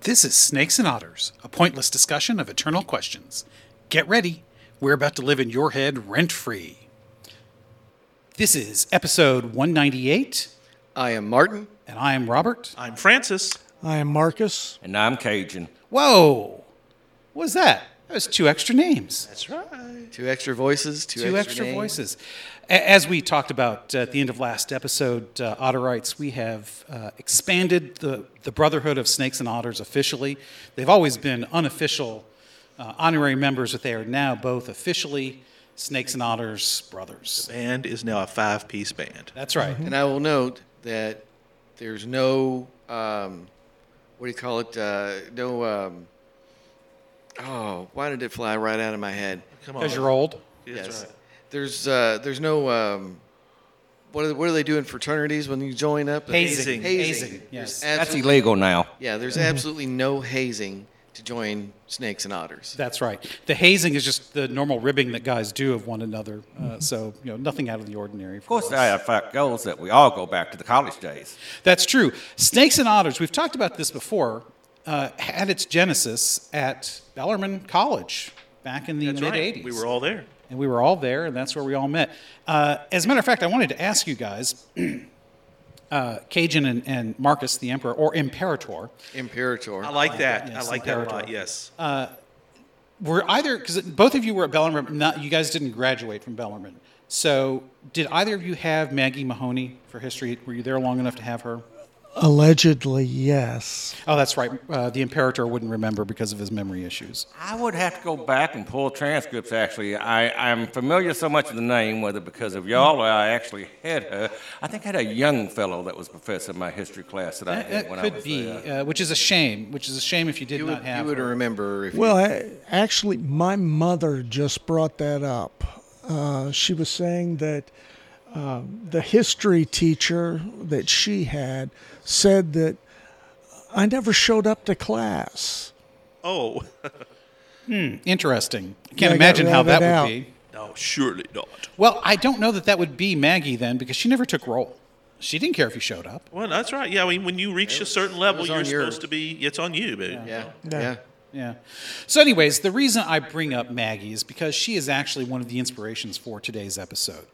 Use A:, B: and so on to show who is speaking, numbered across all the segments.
A: This is Snakes and Otters, a pointless discussion of eternal questions. Get ready. We're about to live in your head rent free. This is episode 198,
B: I am Martin.
A: and I am Robert.
C: I'm Francis.
D: I am Marcus.
E: And I'm Cajun.
A: Whoa! What was that? That was two extra names.
C: That's right.
B: Two extra voices. Two,
A: two extra
B: names.
A: voices. A- As we talked about at the end of last episode, uh, Otterites, we have uh, expanded the, the Brotherhood of Snakes and Otters officially. They've always been unofficial uh, honorary members, but they are now both officially Snakes and Otters brothers.
C: Band is now a five piece band.
A: That's right.
B: And I will note that there's no um, what do you call it? Uh, no. Um, oh, why did it fly right out of my head?
C: Come on.
A: Because you're old.
C: That's
B: yes.
C: right.
B: There's uh, there's no. Um, what are, what are they doing fraternities when you join up?
A: Hazing.
B: Hazing.
A: Hazing,
B: There's
A: yes.
E: That's
B: absolutely-
E: illegal now.
B: yeah, there's absolutely no hazing to join snakes and otters.
A: That's right. The hazing is just the normal ribbing that guys do of one another. Uh, so, you know, nothing out of the ordinary.
E: Of course, that fact goes that we all go back to the college days.
A: That's true. Snakes and Otters, we've talked about this before, uh, had its genesis at Bellarmine College back in the
C: That's
A: mid
C: right.
A: 80s.
C: We were all there.
A: and we were all there, and that's where we all met. Uh, as a matter of fact, I wanted to ask you guys, uh, Cajun and, and Marcus, the emperor or imperator,
B: Imperator.
C: I like that.
A: yes,
C: I like that a
A: Imperator.
C: lot. Yes.
A: were either, because both of you were at Bellarmine, not, you guys didn't graduate from Bellarmine. So, did either of you have Maggie Mahoney for history? Were you there long enough to have her?
D: Allegedly, yes.
A: Oh, that's right. Uh, the imperator wouldn't remember because of his memory issues.
E: I would have to go back and pull transcripts, actually. I, I'm familiar so much with the name, whether because of y'all or I actually had her. I think I had a young fellow that was professor in my history class that I
A: That,
E: had
A: that
E: when I
A: could
E: was
A: be,
E: there.
A: uh, which is a shame. Which is a shame if you did
B: you
A: not
B: would,
A: have.
B: you would
A: her.
B: remember if
D: Well, I, actually, my mother just brought that up. Uh, she was saying that um the history teacher that she had said that I never showed up to class.
C: oh.
A: Interesting. I
D: Yeah,
A: can't
D: I got
A: imagine how that would
D: routed out.
A: be.
C: no, surely not.
A: Well, I don't know that that would be Maggie then, because she never took role. She didn't care if you showed up.
C: Well, that's right. Yeah, I mean, when you reach a certain level,
B: was
C: you're
B: on your-
C: supposed to be. It's on you, baby.
B: you, yeah, yeah.
A: Yeah. So, anyways, the reason I bring up Maggie is because she is actually one of the inspirations for today's episode.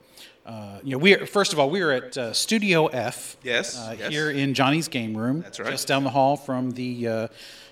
A: Uh, you know, we are, first of all we are at uh, Studio F.
C: Yes,
A: uh,
C: yes.
A: Here in Johnny's game room.
C: That's right.
A: Just down the hall from the uh,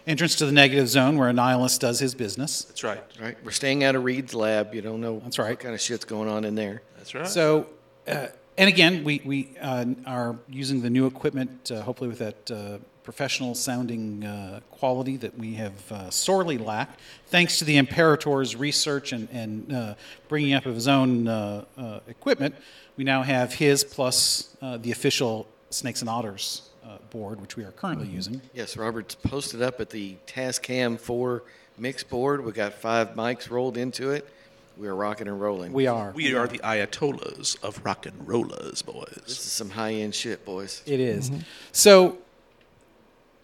A: entrance to the negative zone, where Annihilus does his business.
C: That's right.
B: Right. We're staying out of Reed's lab. You don't know
A: That's right.
B: what kind of shit's going on in there.
C: That's right.
A: So, uh, and again, we we uh, are using the new equipment, uh, hopefully with that. Uh, Professional sounding uh, quality that we have uh, sorely lacked, thanks to the Imperator's research and, and uh, bringing up of his own uh, uh, equipment. We now have his plus uh, the official Snakes and Otters uh, board, which we are currently using.
B: Yes, Robert's posted up at the Tascam 4 mix board. We got five mics rolled into it. We are rocking and rolling.
A: We are.
C: we are the Ayatollahs of rock and rollers, boys.
B: this is some high end shit, boys.
A: It is. So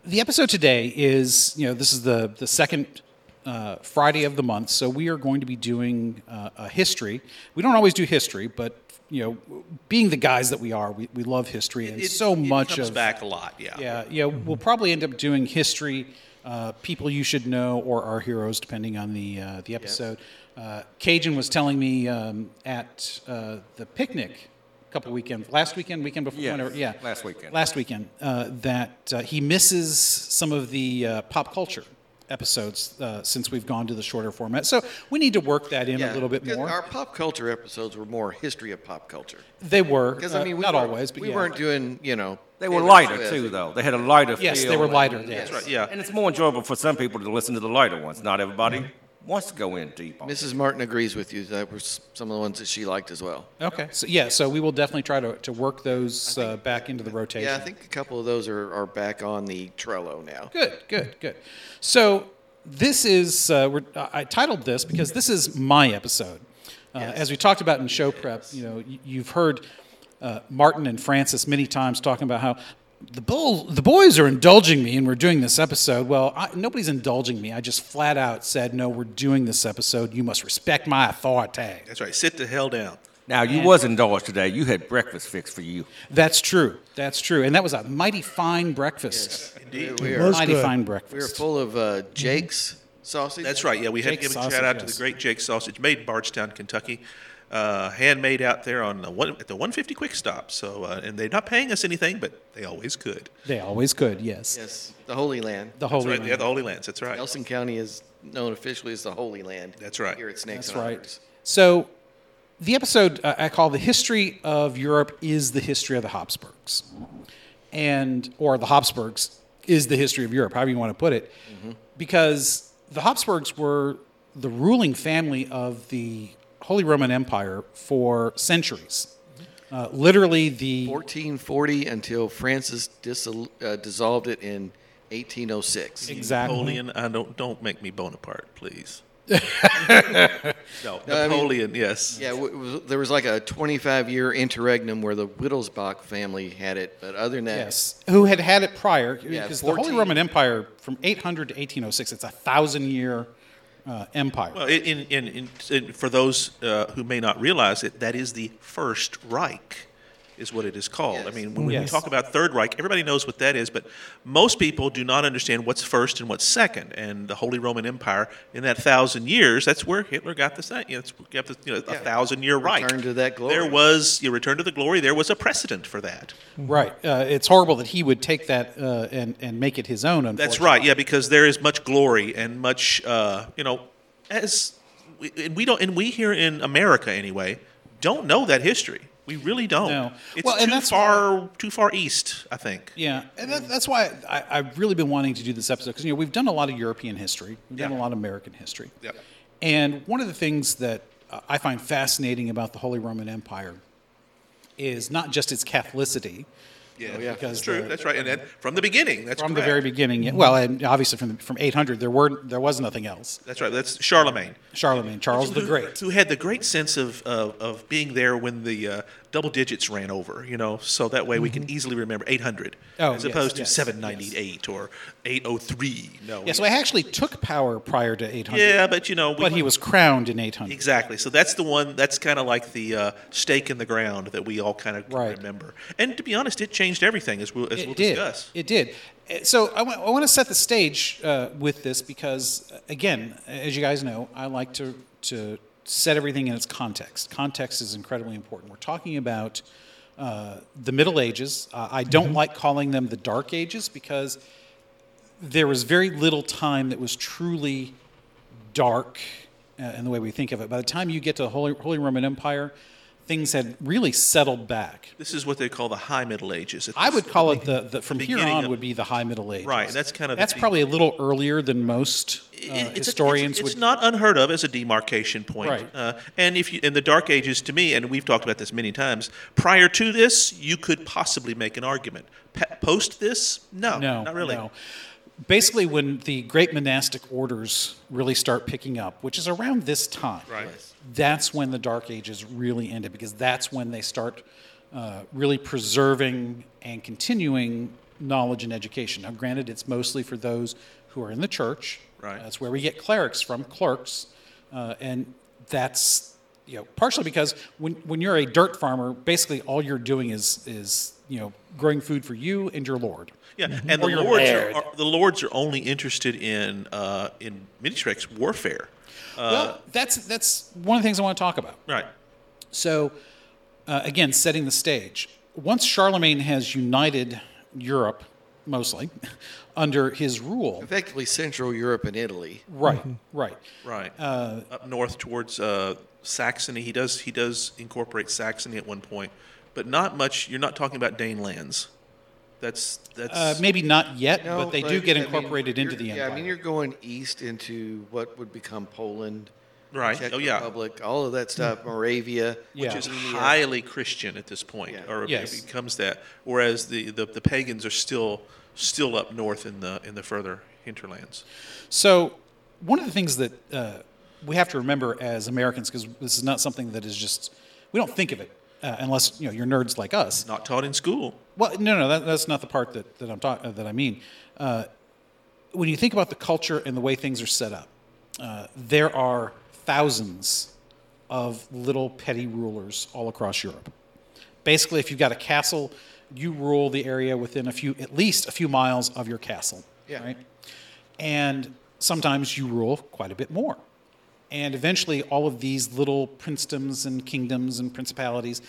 A: the episode today is, you know, this is the the second uh, Friday of the month, so we are going to be doing uh, a history. We don't always do history, but you know, being the guys that we are, we, we love history, and
C: It-
A: so
C: it
A: much
C: comes
A: of
C: back a lot. Yeah.
A: yeah, yeah. We'll probably end up doing history, uh, people you should know, or our heroes, depending on the uh, the episode. Uh, Cajun was telling me um, at uh, the picnic, a couple weekend, last weekend, weekend before,
E: Yes,
A: whenever, yeah,
E: last weekend.
A: last weekend, uh, that uh, he misses some of the uh, pop culture episodes uh, since we've gone to the shorter format. So we need to work that in a little bit
B: 'cause
A: more.
B: Our pop culture episodes were more history of pop culture.
A: they were
B: Because,
A: uh,
B: I mean, we
A: not
B: weren't-
A: always, but
B: we
A: yeah.
B: weren't doing, you know.
E: They were
B: Taylor
E: lighter,
B: Swift.
E: too, though. They had a lighter
A: Yes,
E: feel.
A: they were lighter. Yes.
B: That's right,
C: yeah.
E: And it's more enjoyable for some people to listen to the lighter ones. Not everybody wants to go in deep on it.
B: Mrs. Martin agrees with you. That were s- some of the ones that she liked as well.
A: Okay. So yeah. So we will definitely try to, to work those uh, back into the rotation.
B: Yeah, I think a couple of those are, are back on the Trello now.
A: Good. Good. Good. So this is uh, we're, I I titled this because this is my episode. Uh, As we talked about in show prep, you know, y- you've heard uh, Martin and Francis many times talking about how the bull, the boys are indulging me, and we're doing this episode. Well, I, nobody's indulging me. I just flat out said, "No, we're doing this episode. You must respect my authority."
C: That's right. Sit the hell down.
E: Now you was indoors today. You had breakfast fixed for you.
A: That's true. That's true. And that was a mighty fine breakfast.
B: Indeed. We are,
D: was
A: Mighty
D: good.
A: fine
B: we are
A: breakfast.
B: full of uh, Jake's sausage.
C: That's right. Yeah, we had to
A: Jake's
C: give a
A: sausage,
C: shout out to
A: yes.
C: the great Jake Sausage, made in Bardstown, Kentucky, uh, handmade out there on the one at the 150 Quick Stop. So, uh, and they're not paying us anything, but they always could.
A: They always could, yes.
B: Yes, the Holy Land.
A: The
C: That's
A: Holy
C: right. Yeah,
A: Land.
C: the Holy Lands. That's right.
B: Nelson County is known officially as the Holy Land.
C: That's right.
B: Here at Snakes
A: That's
B: and
A: right.
B: Otters.
A: So, the episode uh, I call "The History of Europe is the History of the Habsburgs," and or the Habsburgs is the history of Europe, however you want to put it,
C: Mm-hmm.
A: because the Habsburgs were the ruling family of the Holy Roman Empire for centuries. Uh, literally, the
B: 1440 until Francis dissol- uh, dissolved it in 1806.
A: exactly
C: Napoleon, I don't don't make me Bonaparte, please. no, Napoleon. yes.
B: Yeah, w- it was, there was like a 25 year interregnum where the Wittelsbach family had it, but other than that,
A: Yes, who had had it prior, because the Holy
B: 14.
A: Roman Empire from 800 to 1806, it's a thousand-year uh, empire.
C: Well, in, in, in, in, for those uh, who may not realize it, that is the First Reich, is what it is called. I
B: Yes.
C: mean, when we
A: Yes.
C: talk about Third Reich, everybody knows what that is, but most people do not understand what's first and what's second. And the Holy Roman Empire, in that thousand years, that's where Hitler got the sa- you know, it's- got the, you know, a thousand year Reich.
B: Return to that glory.
C: There was you return to the glory. There was a precedent for that.
A: Right. Uh, it's horrible that he would take that uh, and and make it his own.
C: That's
A: Unfortunately.
C: right. Yeah, because there is much glory and much, uh, you know, as we- and we don't, and we here in America anyway, don't know that history. We really don't.
A: No.
C: It's
A: Well, and
C: too
A: that's
C: far, too far east. I think.
A: Yeah, and that, that's why I, I've really been wanting to do this episode because you know we've done a lot of European history, we've done a
C: Yeah.
A: lot of American history,
C: Yeah.
A: and one of the things that uh, I find fascinating about the Holy Roman Empire is not just its Catholicity.
C: Yeah,
B: yeah.
C: that's
A: Oh, Because
C: true.
A: the-
C: that's right. And then from the beginning, that's
A: From the
C: correct.
A: very beginning, yeah. well, and obviously from the, from 800, there were there was nothing else.
C: That's right. That's Charlemagne.
A: Charlemagne, Charles the
C: who-
A: Great.
C: who had the great sense of of, of being there when the uh, double digits ran over, you know, so that way we can easily remember 800
A: Mm-hmm. Oh,
C: as
A: yes,
C: opposed to
A: yes,
C: 798 or 803. No,
A: Yeah, so I actually took power prior to 800.
C: Yeah, but you know, we,
A: but he was crowned in 800.
C: exactly. So that's the one. That's kind of like the uh, stake in the ground that we all kind of
A: Right.
C: remember. And to be honest, it changed everything as we'll as we'll
A: did.
C: discuss.
A: It did. Uh, So I want to set the stage uh, with this because, uh, again, as you guys know, I like to to set everything in its context. Context is incredibly important. We're talking about uh, the Middle Ages. Uh, I
C: Mm-hmm.
A: don't like calling them the Dark Ages because there was very little time that was truly dark uh, in the way we think of it. By the time you get to the Holy, Holy Roman Empire, things had really settled back.
C: This is what they call the High Middle Ages.
A: I would call it the, the from here
C: beginning
A: on
C: of-
A: would be the High Middle Ages.
C: Right, that's kind of the
A: that's
C: peak.
A: probably a little earlier than most uh,
C: It- it's a-
A: historians
C: it's, it's
A: would.
C: not unheard of as a demarcation point.
A: Right.
C: Uh, and if you, in the Dark Ages, to me, and we've talked about this many times, prior to this, you could possibly make an argument. Pa- post this, no,
A: no,
C: not really.
A: no. Basically, when the great monastic orders really start picking up, which is around this time,
C: Right.
A: that's when the Dark Ages really ended because that's when they start uh, really preserving and continuing knowledge and education. Now, granted, it's mostly for those who are in the church.
C: Right.
A: That's where we get clerics from, clerks, uh, and that's you know partially because when when you're a dirt farmer, basically all you're doing is is you know growing food for you and your lord.
C: Yeah, and the
A: Mm-hmm. Or you're
C: lords are,
A: married.
C: are the lords are only interested in uh, in many respects warfare.
B: Uh,
A: well, that's that's one of the things I want to talk about.
C: Right.
A: So, uh, again, setting the stage. Once Charlemagne has united Europe, mostly, under his rule.
B: effectively Central Europe and Italy.
A: Right, right.
C: Right.
A: Uh,
C: Up north towards uh, Saxony, he does he does incorporate Saxony at one point, but not much. You're not talking about Danelands. That's that's
A: Uh, maybe not yet, but they do get
B: I mean,
A: incorporated into
B: you're-
A: the
B: yeah,
A: empire.
B: I mean, you're going east into what would become Poland,
C: right.
B: Czech
C: oh yeah.
B: Republic, all of that stuff, Moravia,
A: Hmm. Yeah.
C: which is highly Christian at this point,
B: Yeah.
C: or
A: Yes.
C: it becomes that. Whereas the, the, the pagans are still still up north in the in the further hinterlands.
A: So, one of the things that uh, we have to remember as Americans, because this is not something that is just we don't think of it uh, unless you know you're nerds like us.
C: Not taught in school.
A: Well, no, no, that, that's not the part that, that I'm talking that I mean. Uh, when you think about the culture and the way things are set up, uh, there are thousands of little petty rulers all across Europe. Basically, if you've got a castle, you rule the area within a few, at least a few miles of your castle.
B: Yeah.
A: Right? And sometimes you rule quite a bit more. And eventually, all of these little princedoms and kingdoms and principalities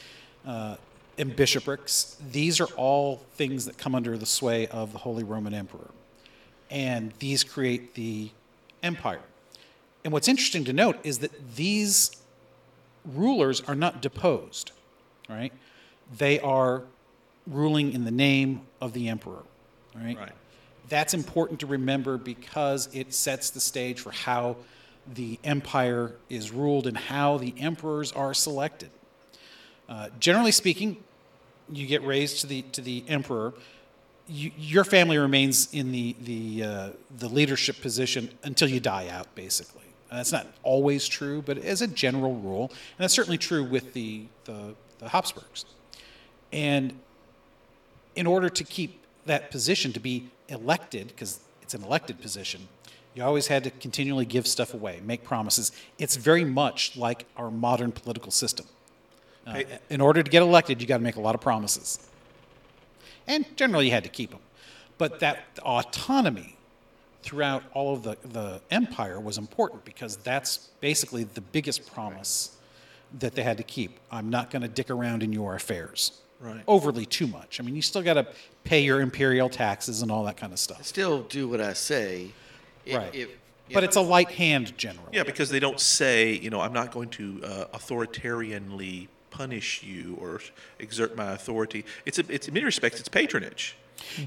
A: uh, and bishoprics, these are all things that come under the sway of the Holy Roman Emperor. And these create the empire. And what's interesting to note is that these rulers are not deposed, right? They are ruling in the name of the emperor, right?
C: Right.
A: That's important to remember because it sets the stage for how the empire is ruled and how the emperors are selected. Uh, generally speaking, you get raised to the to the emperor. You, your family remains in the the uh, the leadership position until you die out, basically. Uh, that's not always true, but as a general rule, and that's certainly true with the the, the Habsburgs. And in order to keep that position to be elected, because it's an elected position, you always had to continually give stuff away, make promises. It's very much like our modern political system. Uh,
C: Hey.
A: in order to get elected, you got to make a lot of promises. And generally, you had to keep them. But that autonomy throughout all of the, the empire was important because that's basically the biggest promise that they had to keep. I'm not going to dick around in your affairs
C: Right.
A: overly too much. I mean, you still got to pay your imperial taxes and all that kind of stuff.
B: Still do what I say. I-
A: Right.
B: If,
A: But it's a light hand generally.
C: Yeah, because they don't say, you know, I'm not going to uh, authoritarianly punish you or exert my authority. It's a, it's in many respects, it's patronage.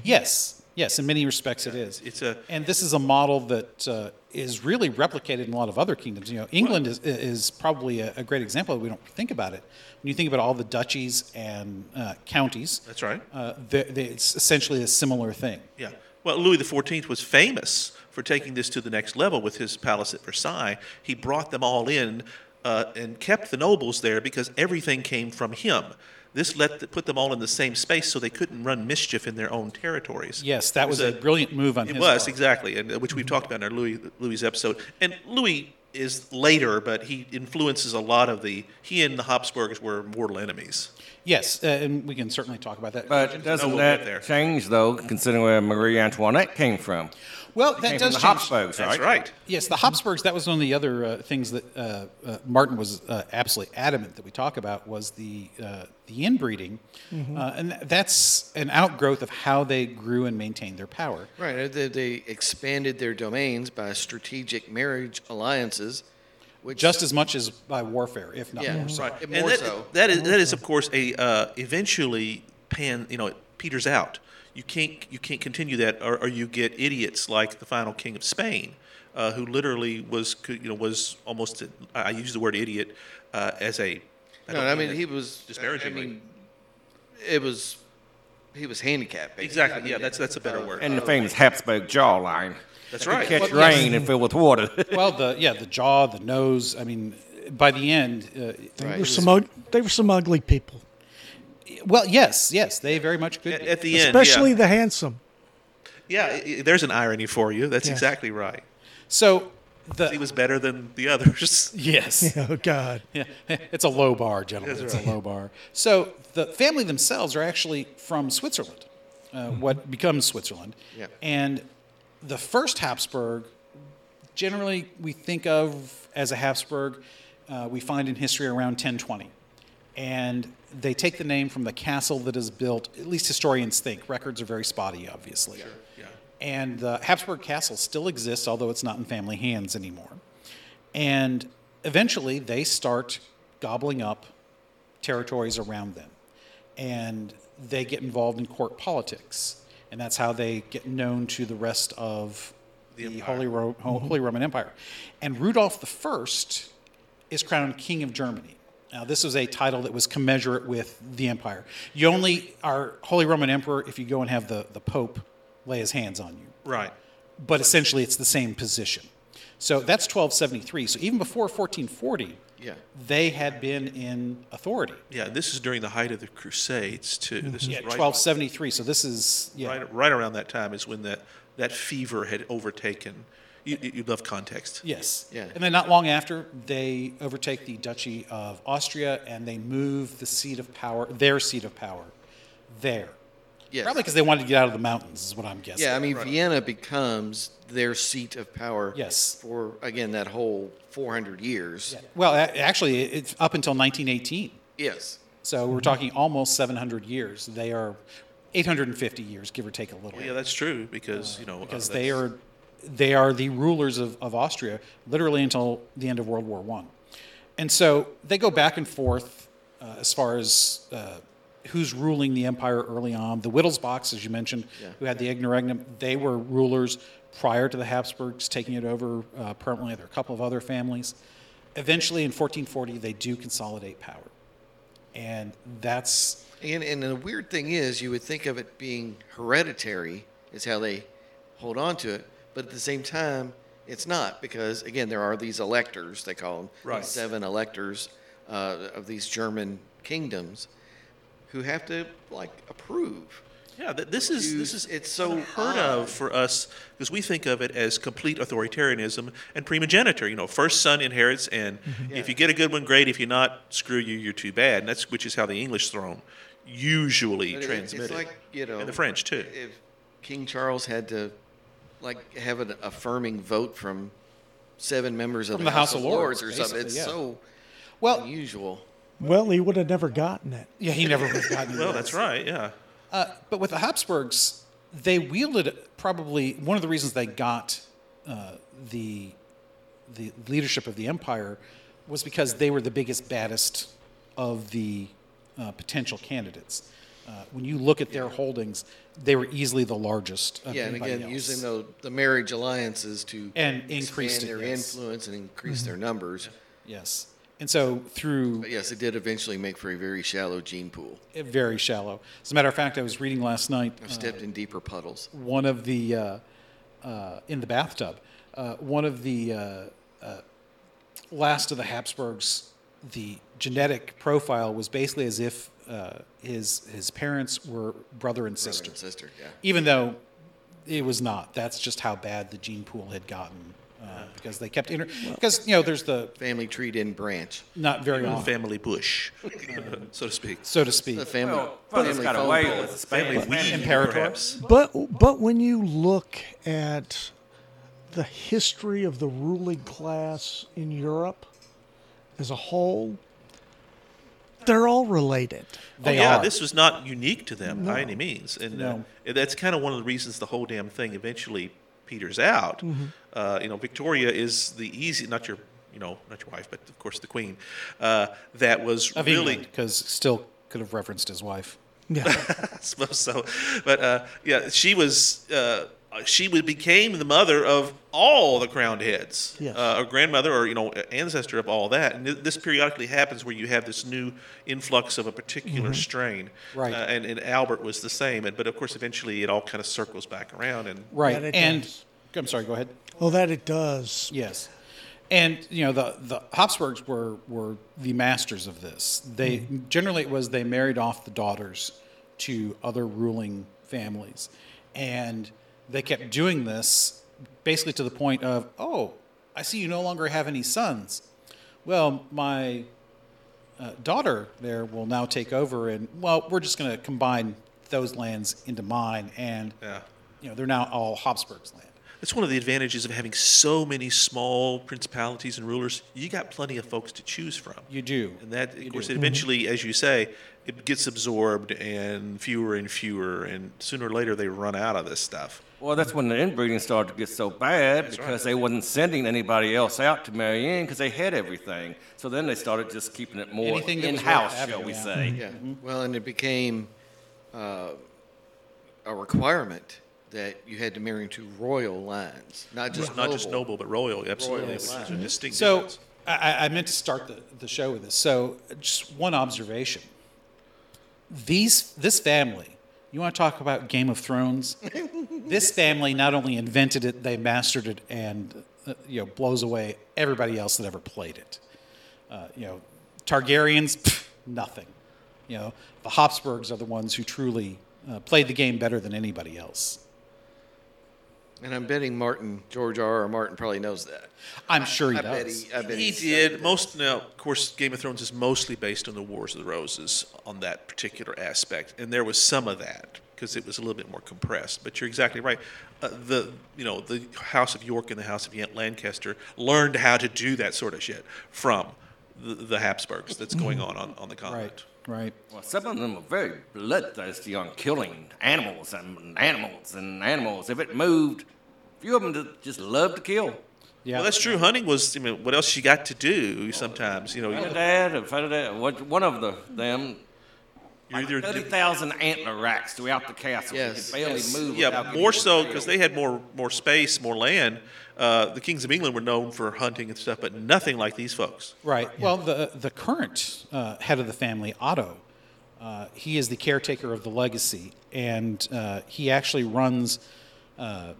A: Yes, yes, in many respects it is.
C: It's a
A: and this is a model that uh, is really replicated in a lot of other kingdoms. You know, England is, is probably a, a great example. We don't think about it. When you think about all the duchies and uh, counties,
C: that's right.
A: uh, they, they, it's essentially a similar thing.
C: Yeah. Well, Louis XIV was famous for taking this to the next level with his palace at Versailles. He brought them all in uh, and kept the nobles there because everything came from him. This let the, put them all in the same space so they couldn't run mischief in their own territories.
A: Yes, that was a,
C: a-
A: brilliant move on
C: It
A: his
C: was
A: part. Mm-hmm.
C: exactly, and uh, which we've talked about in our Louis Louis episode. And Louis is later, but he influences a lot of the. He and the Habsburgs were mortal enemies.
A: Yes, uh, and we can certainly talk about that.
E: But
C: we'll
E: doesn't
C: get
E: that
C: there.
E: change, though, considering where Marie Antoinette came from?
A: well, that
E: came
A: does
E: from the
A: change-
E: Habsburgs,
C: That's
E: right?
C: right.
A: Yes, the Habsburgs. That was one of the other uh, things that uh, uh, Martin was uh, absolutely adamant that we talk about was the uh, the inbreeding,
D: Mm-hmm.
A: uh, and th- that's an outgrowth of how they grew and maintained their power.
B: Right. They, they expanded their domains by strategic marriage alliances, which
A: Just as much as by warfare, if not
B: yeah,
A: more.
B: right.
C: And
B: More
C: that-
B: so.
C: that is that is of course a uh, eventually pan. You know, it peters out. You can't you can't continue that, or, or you get idiots like the final king of Spain, uh, who literally was could- you know was almost. I I use the word idiot uh, as a.
B: No,
C: don't
B: I
C: mean
B: mean
C: it
B: he was. I
C: disparagingly.
B: mean, it was. He was handicapped. Basically.
C: Exactly.
B: I mean, uh,
C: yeah, that's that's a better word.
E: And the famous Habsburg jawline.
C: that's right.
E: Catch rain and fill with water.
A: Well, the yeah, the jaw, the nose. I mean, by the end, uh,
D: They were some ug- they were some ugly people,
A: well, yes, yes, they very much could.
C: At,
A: be.
C: at the end,
D: especially
C: yeah,
D: the handsome.
C: yeah i- i- there's an irony for you. That's
D: Yeah.
C: exactly right.
A: so the
C: He was better than the others.
A: yes.
D: Oh God,
A: Yeah, it's a low bar, gentlemen.
C: That's
A: It's a low bar. So the family themselves are actually from Switzerland, uh, what becomes Switzerland.
B: Yeah.
A: And the first Habsburg, generally we think of as a Habsburg, uh, we find in history around 1020. And they take the name from the castle that is built, at least historians think. Records are very spotty, obviously.
C: Yeah.
A: And the Habsburg Castle still exists, although it's not in family hands anymore. And eventually they start gobbling up territories around them. And they get involved in court politics. And that's how they get known to the rest of the, Holy, Ro- Ho- Holy Roman Empire. And Rudolf I is crowned King of Germany. Now, this was a title that was commensurate with the empire. You only are Holy Roman Emperor if you go and have the, the Pope lay his hands on you
C: Right.
A: but essentially it's the same position. So that's 1273. So even before 1440,
B: Yeah.
A: they had been in authority.
C: Yeah. This is during the height of the Crusades too. This is
A: Yeah,
C: right,
A: 1273. So this is yeah,
C: right right around that time is when that that fever had overtaken You, you you love context.
A: Yes.
B: Yeah.
A: And then not long after, they overtake the Duchy of Austria and they move the seat of power, their seat of power, there.
B: Yes.
A: Probably because they wanted to get out of the mountains, is what I'm guessing.
B: Yeah, I mean Vienna becomes their seat of power.
A: Yes.
B: For again that whole 400 years.
A: Well, a- actually, it's up until 1918.
B: Yes.
A: So
B: Mm-hmm.
A: we're talking almost 700 years. They are 850 years, give or take a little.
C: Yeah, that's true because you know uh,
A: because they
C: that's-
A: are they are the rulers of, of Austria literally until the end of World War One, and so they go back and forth uh, as far as uh, who's ruling the empire early on. The Wittelsbachs, as you mentioned, who had the ignoregnum, they were rulers prior to the Habsburgs taking it over uh, permanently. There are a couple of other families. Eventually, in 1440, they do consolidate power, and that's
B: And and the weird thing is, you would think of it being hereditary is how they hold on to it, but at the same time, it's not because again there are these electors they call them
C: Right.
B: these seven electors uh, of these German kingdoms who have to like approve.
C: Yeah, th- this is this
B: You-
C: is
B: it's so
C: unheard of
B: odd.
C: for us because we think of it as complete authoritarianism and primogeniture. You know, first son inherits, and
B: Mm-hmm.
C: if you get a good one, great. If you're not, screw you. You're too bad. And that's which is how the English throne usually
B: But it- it's
C: transmitted,
B: like, you know,
C: and the French too.
B: If King Charles had to like have an affirming vote from seven members of
A: From the House of Lords,
B: or something, it's
A: basically, yeah.
B: so
A: well,
B: unusual.
D: Well, he would have never gotten it.
A: yeah, he never would have gotten.
C: well, Oh, that's right. Yeah,
A: Uh, but with the Habsburgs, they wielded probably one of the reasons they got uh, the the leadership of the empire was because they were the biggest, baddest of the uh, potential candidates. Uh, when you look at their holdings, they were easily the largest. Of
B: Yeah, and
A: anybody
B: again,
A: else.
B: using the, the marriage alliances to
A: And increased
B: expand
A: it,
B: their
A: yes. Mm-hmm.
B: influence and increase their numbers.
A: yes, and so through
B: But yes, it did eventually make for a very shallow gene pool.
A: very shallow. As a matter of fact, I was reading last night. uh,
B: Stepped in deeper puddles.
A: one of the uh, uh, in the bathtub. Uh, one of the uh, uh, last of the Habsburgs, the genetic profile was basically as if uh, his his parents were brother and sister,
B: Sister, sister, yeah.
A: even though it was not. That's just how bad the gene pool had gotten
C: Uh-huh.
A: uh, because they kept inter- because you know there's the
B: Family tree didn't branch.
A: not very often,
C: family Bush, so to speak.
A: so to speak.
B: The family,
E: Well, brother's
B: family
E: got
B: phone
E: away
B: call.
E: with it.
C: Family
E: Spanish-
C: weed,
A: Imperator.
C: perhaps.
D: But but when you look at the history of the ruling class in Europe as a whole, they're all related.
A: They
C: Oh, yeah,
A: are.
C: this was not unique to them by any means, and
A: No.
C: uh, that's kind of one of the reasons the whole damn thing eventually peters out.
A: Mm-hmm.
C: Uh, you know, Victoria is the easy, not your, you know, not your wife, but of course the queen. Uh, that was
A: of
C: really
A: because still could have referenced his wife.
D: Yeah.
C: I suppose so. But uh, yeah, she was uh, she was, became the mother of all the crowned heads,
D: Yes.
C: uh, or grandmother, or you know, ancestor of all that. And th- this periodically happens where you have this new influx of a particular strain,
A: Mm-hmm. Right.
C: Uh, and, and Albert was the same, and but of course, eventually, it all kind of circles back around. And
A: Right,
D: it
A: and
D: does.
A: I'm sorry. Go ahead.
D: oh, that it does.
A: Yes. And you know the the Habsburgs were were the masters of this. They generally it was they married off the daughters to other ruling families, and they kept doing this basically to the point of oh I see you no longer have any sons. Well, my uh, daughter there will now take over, and well we're just going to combine those lands into mine, and
C: yeah.
A: you know they're now all Habsburgs land.
C: That's one of the advantages of having so many small principalities and rulers. You got plenty of folks to choose from.
A: You do.
C: And that, of
A: You
C: course,
A: do.
C: it eventually, as you say, it gets absorbed and fewer and fewer, and sooner or later they run out of this stuff.
E: Well, that's when the inbreeding started to get so bad because they wasn't sending anybody else out to marry in because they had everything. So then they started just keeping it more
A: Anything that
E: in
A: was
E: house,
A: worth having,
E: shall we
A: yeah.
E: say?
B: Yeah.
C: Mm-hmm.
B: Well, and it became uh, a requirement that you had to marry into royal lines, not just
C: Not just noble, but royal. Absolutely,
B: Royal,
C: It's
B: wow.
C: a distinct
A: So
C: difference.
A: I, I- I meant to start the, the show with this. So just one observation. These this family, you want to talk about Game of Thrones? this family not only invented it, they mastered it, and uh, you know blows away everybody else that ever played it. Uh, you know, Targaryens, pff, nothing. You know, the Habsburgs are the ones who truly uh, played the game better than anybody else.
B: And I'm betting Martin, George R. R. Martin probably knows that.
A: I'm sure he
B: I bet
A: does.
B: he, uh, I bet
C: He did most. Now, of course, Game of Thrones is mostly based on the Wars of the Roses on that particular aspect, and there was some of that because it was a little bit more compressed. But you're exactly right. Uh, the you know the House of York and the House of Yan- Lancaster learned how to do that sort of shit from the, the Habsburgs. That's going on on, on the continent.
A: Right, right.
E: Well, some of them are very bloodthirsty on killing animals and animals and animals. If it moved, a few of them just love to kill.
A: Yeah.
C: Well, that's true. Hunting was. I mean, what else you got to do? Sometimes you know
E: My
C: you're
E: dad, if I did, what- one of the them,
C: either
E: thirty thousand antler racks throughout the castle. You
B: Yes,
E: could barely
B: yes.
E: move.
C: Yeah,
E: without
C: more
E: getting
C: so
E: killed.
C: because they had more more space, more land. Uh, the kings of England were known for hunting and stuff, but nothing like these folks.
A: Right. Well, the the current uh, head of the family, Otto, uh, he is the caretaker of the legacy, and uh, he actually runs. Uh,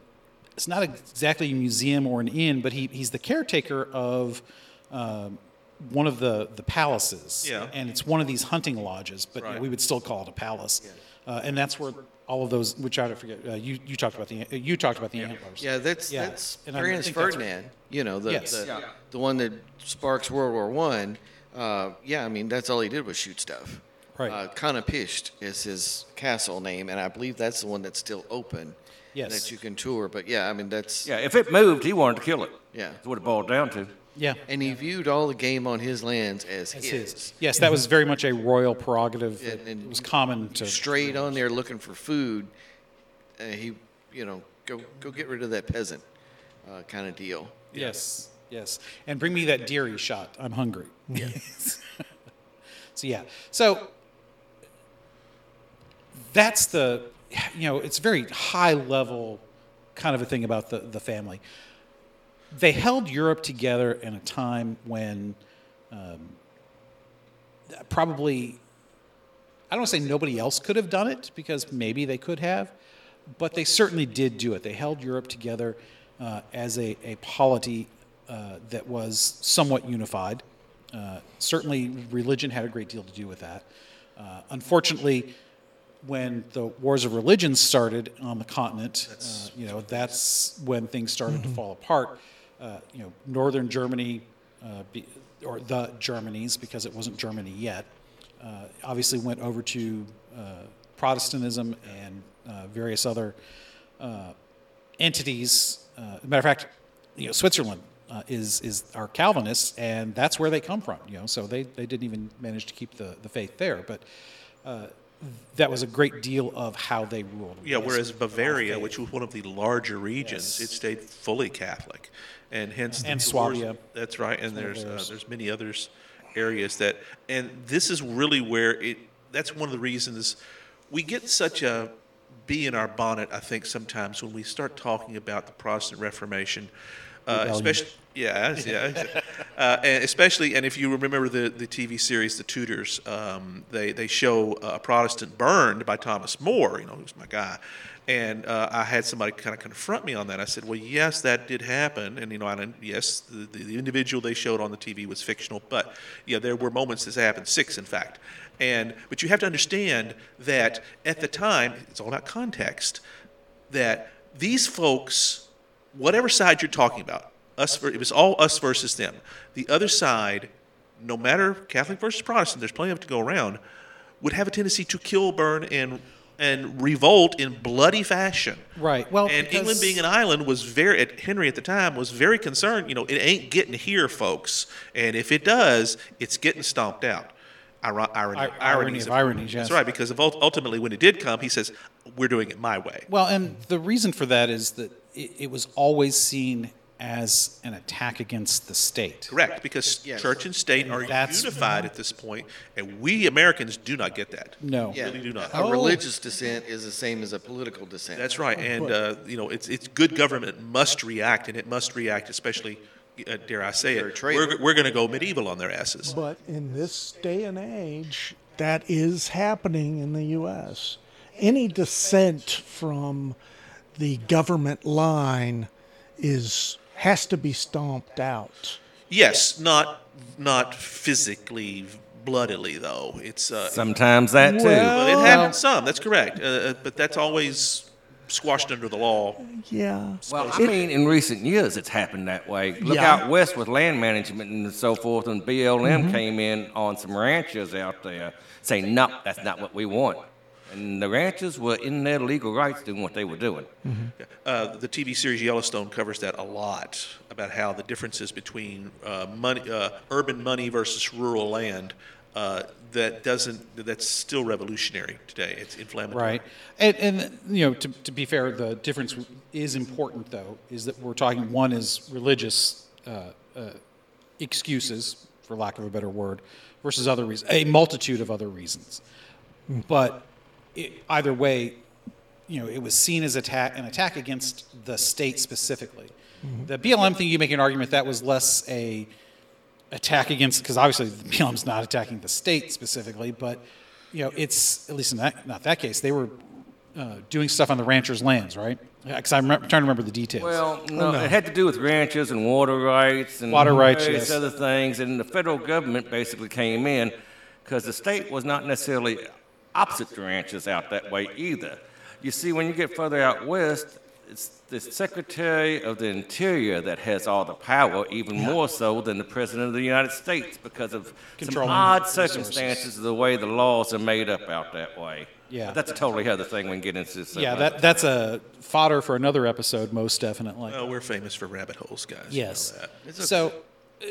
A: it's not exactly a museum or an inn, but he, he's the caretaker of um, one of the the palaces,
C: Yeah.
A: and it's one of these hunting lodges, but you know,
C: Right.
A: we would still call it a palace, uh, and that's where all of those. Which I forget. Uh, you you talked about the uh, you talked about the antlers.
B: Yeah, that's
A: Yeah,
B: that's
A: and I
B: Franz
A: think that's-
B: Ferdinand. You know the
A: Yes.
B: the,
A: Yeah.
B: the one that sparks World War One. Uh, yeah, I mean that's all he did was shoot stuff.
A: Right.
B: Uh, Kanapisht is his castle name, and I believe that's the one that's still open.
A: Yes.
B: That you can tour, but yeah, I mean that's
E: Yeah, if it moved, he wanted to kill it.
B: Yeah.
E: that's what it boiled down to.
A: Yeah.
B: And he viewed all the game on his lands as,
A: That's
B: his.
A: his. Yes, that was very much a royal prerogative.
B: Yeah,
A: that
B: and
A: it was common to
B: Straight on there looking for food, uh, he, you know, go go get rid of that peasant, uh, kind of deal.
A: Yes, yes. And bring me that deer you shot. I'm hungry. Yes. so yeah. So that's the you know, it's very high level kind of a thing about the, the family. They held Europe together in a time when um, probably I don't want to say nobody else could have done it because maybe they could have, but they certainly did do it. They held Europe together uh, as a, a polity uh, that was somewhat unified. Uh, certainly, religion had a great deal to do with that. Uh, unfortunately, when the wars of religion started on the continent, uh, you know that's when things started to fall apart. Uh, you know, northern Germany, uh, be, or the Germanies, because it wasn't Germany yet, uh, obviously went over to uh, Protestantism and uh, various other uh, entities. Uh, as a matter of fact, you know, Switzerland uh, is is our Calvinists, and that's where they come from. You know, so they, they didn't even manage to keep the, the faith there, but uh, that was a great deal of how they ruled.
C: Yeah, whereas Bavaria, which was one of the larger regions,
A: Yes.
C: it stayed fully Catholic, and hence the
A: And
C: wars-
A: Swabia.
C: That's right, and there's uh,
A: theirs.
C: there's many others areas that, and this is really where it. That's one of the reasons we get such a bee in our bonnet. I think sometimes when we start talking about the Protestant Reformation, uh,
A: Rebellion.
C: especially. Yeah, I- yeah. uh, and especially, and if you remember the, the TV series The Tudors, um, they they show a Protestant burned by Thomas More. You know, who's my guy. And uh, I had somebody kind of confront me on that. I said, "Well, yes, that did happen, and you know, I didn't, yes, the, the, the individual they showed on the TV was fictional, but yeah, there were moments this happened, six in fact. And but you have to understand that at the time, it's all about context. That these folks whatever side you're talking about, us ver- it was all us versus them. The other side, no matter Catholic versus Protestant, there's plenty of it to go around, would have a tendency to kill, burn, and and revolt in bloody fashion.
A: Right. Well,
C: and
A: because-
C: England being an island was very at Henry at the time was very concerned. You know, it ain't getting here, folks, and if it does, it's getting stomped out. Iro- irony,
A: Ir- irony
C: ironies
A: of ironies, yes.
C: That's right, because of ult- ultimately when it did come, he says, "We're doing it my way."
A: Well, and the reason for that is that it, it was always seen as an attack against the state.
C: Correct, because
B: Yes.
C: church and state are
A: That's-
C: unified at this point, and we Americans do not get that.
A: No.
B: Yeah.
C: Really do not.
B: A
A: Oh.
B: religious dissent is the same as a political dissent.
C: That's right, and uh, you know, it's it's good government must react, and it must react, especially uh, dare I say
B: They're a
C: it,
B: traitor.
C: we're we're going to go medieval on their asses.
D: But in this day and age, that is happening in the U.S. Any dissent from the government line is has to be stomped out.
C: Yes, not not physically, bloodily though. It's uh,
E: Sometimes that too.
D: Well-
C: it happened some. That's correct, uh, uh, but that's always squashed under the law.
D: Yeah.
E: Well, I mean, in recent years, it's happened that way. Look
D: Yeah.
E: out west with land management and so forth, and BLM came in on some ranchers out there saying, "No, that's not what we want." And the ranchers were in their legal rights doing what they were doing.
C: Uh, the TV series Yellowstone covers that a lot about how the differences between uh, money, uh, urban money versus rural land. Uh, that doesn't. That's still revolutionary today. It's inflammatory.
A: Right. And, and you know, to, to be fair, the difference is important, though, is that we're talking one is religious uh, uh, excuses, for lack of a better word, versus other reasons, a multitude of other reasons. But it, either way, you know, it was seen as attack, an attack against the state specifically. The BLM thing, you make an argument that was less a attack against because obviously the BLM's not attacking the state specifically, but you know it's at least in that not that case they were uh, doing stuff on the ranchers' lands, right? Because I'm re- trying to remember the details.
E: Well, no, it had to do with ranchers and water rights and
A: Oh, Water rights,
E: various
A: yes.
E: other things. And the federal government basically came in because the state was not necessarily opposite to ranchers out that way either. You see, when you get further out west, it's the Secretary of the Interior that has all the power, even more so than the President of the United States, because of some
A: Controlling
E: odd
A: resources.
E: circumstances of the way the laws are made up out that way.
A: Yeah.
E: But that's a totally other thing when you get into this.
A: yeah, that that's a fodder for another episode, most definitely.
C: Uh, we're famous for rabbit holes, guys. You know
A: Yes.
C: that.
A: So, uh,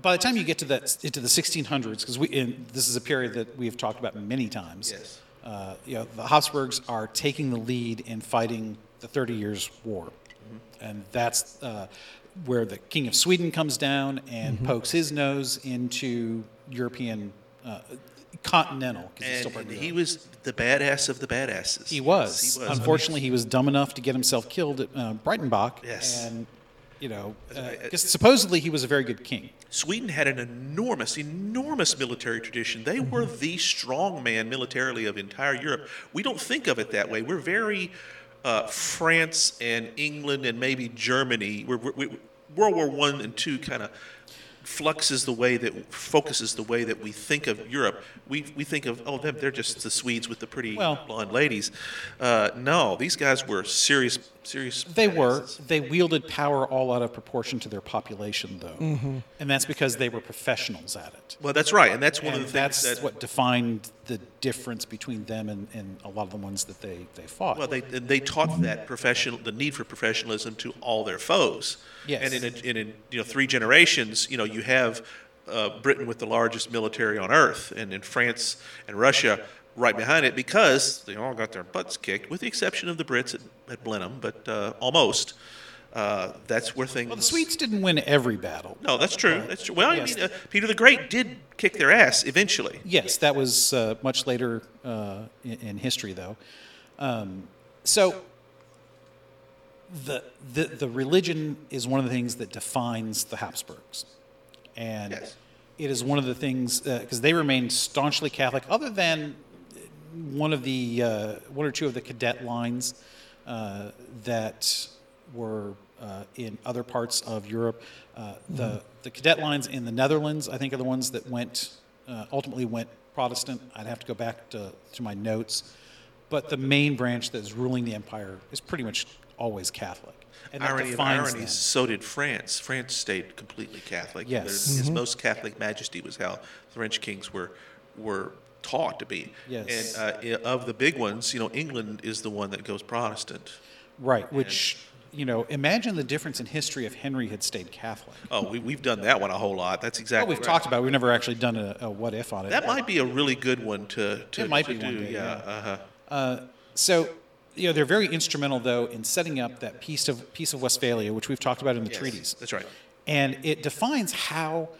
A: by the time you get to that into the 1600s, because we and this is a period that we have talked about many times.
C: Yes.
A: Uh, you know, the Habsburgs are taking the lead in fighting the Thirty Years' War,
C: Mm-hmm.
A: and that's uh, where the King of Sweden comes down and pokes his nose into European uh, continental. 'cause it's still
C: And,
A: part of
C: and
A: Europe.
C: he was the badass of the badasses.
A: He was.
C: Yes, he was.
A: Unfortunately, he was dumb enough to get himself killed at uh, Breitenbach.
C: Yes.
A: And, you know, uh,
C: right.
A: because supposedly he was a very good king.
C: Sweden had an enormous, enormous military tradition. They were
A: Mm-hmm.
C: the strongman militarily of entire Europe. We don't think of it that way. We're very uh, France and England and maybe Germany. We're, we're, we World War One and Two kind of fluxes the way that focuses the way that we think of Europe. We we think of oh them they're just the Swedes with the pretty
A: Well-
C: blonde ladies. Uh, no, these guys were serious, serious.
A: They were.
C: badasses.
A: They wielded power all out of proportion to their population, though. And that's because they were professionals at it.
C: Well, that's right, and that's Mm-hmm. one
A: And
C: of the
A: that's
C: things that
A: what defined the difference between them and, and a lot of the ones that they, they fought.
C: Well, they and they taught that professional the need for professionalism to all their foes.
A: Yes.
C: And in a, and in you know three generations, you know you have uh, Britain with the largest military on earth, and then France and Russia right behind it because they all got their butts kicked, with the exception of the Brits at, at Blenheim, but uh, almost. Uh, that's where things.
A: well, the Swedes didn't win every battle.
C: No, that's true. That's true. Well,
A: Yes.
C: I mean, uh, Peter the Great did kick their ass eventually.
A: Yes, that was uh, much later uh, in, in history, though. Um, so the, the the religion is one of the things that defines the Habsburgs, and
C: Yes.
A: it is one of the things because they remain staunchly Catholic, other than one of the uh, one or two of the cadet lines uh, that were uh, in other parts of Europe. Uh,
C: Mm-hmm.
A: the the cadet lines in the Netherlands, I think, are the ones that went uh, ultimately went Protestant. I'd have to go back to, to my notes, but the main branch that is ruling the empire is pretty much always Catholic, and that
C: irony of
A: defines
C: ironies,
A: them.
C: so did France. France stayed completely Catholic.
A: Yes. Mm-hmm.
C: Their- His most Catholic Majesty was how the French kings were were taught to be.
A: Yes.
C: And uh, i- of the big ones, you know, England is the one that goes Protestant.
A: Right, which you know, imagine the difference in history if Henry had stayed Catholic.
C: Oh, we, we've done that one a whole lot. That's
A: Well,
C: exactly.
A: Oh, we've
C: right.
A: talked about. it. We've never actually done a, a what if on it.
C: That might be a really good one to to,
A: It might
C: to
A: be
C: do.
A: one day, yeah.
C: Uh-huh.
A: So, you know, they're very instrumental though in setting up that piece of piece of Westphalia, which we've talked about in the treaties,
C: That's right.
A: and it defines how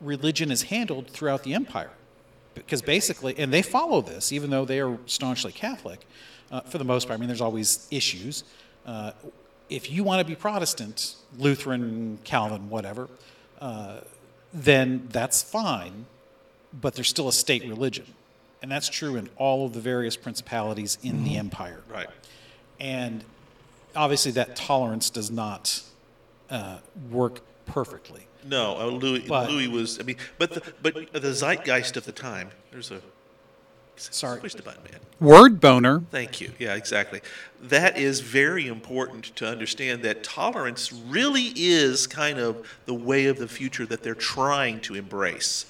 A: religion is handled throughout the empire, because basically, and they follow this, even though they are staunchly Catholic, uh, for the most part. I mean, there's always issues. Uh, if you want to be Protestant, Lutheran, Calvin, whatever, uh, then that's fine but there's still a state religion. And that's true in all of the various principalities in the empire.
C: Mm-hmm. Right.
A: And obviously, that tolerance does not uh, work perfectly.
C: No, uh, Louis
A: But-
C: Louis was. I mean, but the but the zeitgeist of the time. There's a sense.
A: Sorry.
C: Push the button, man.
A: Word boner.
C: Thank you. Yeah, exactly. That is very important to understand that tolerance really is kind of the way of the future that they're trying to embrace.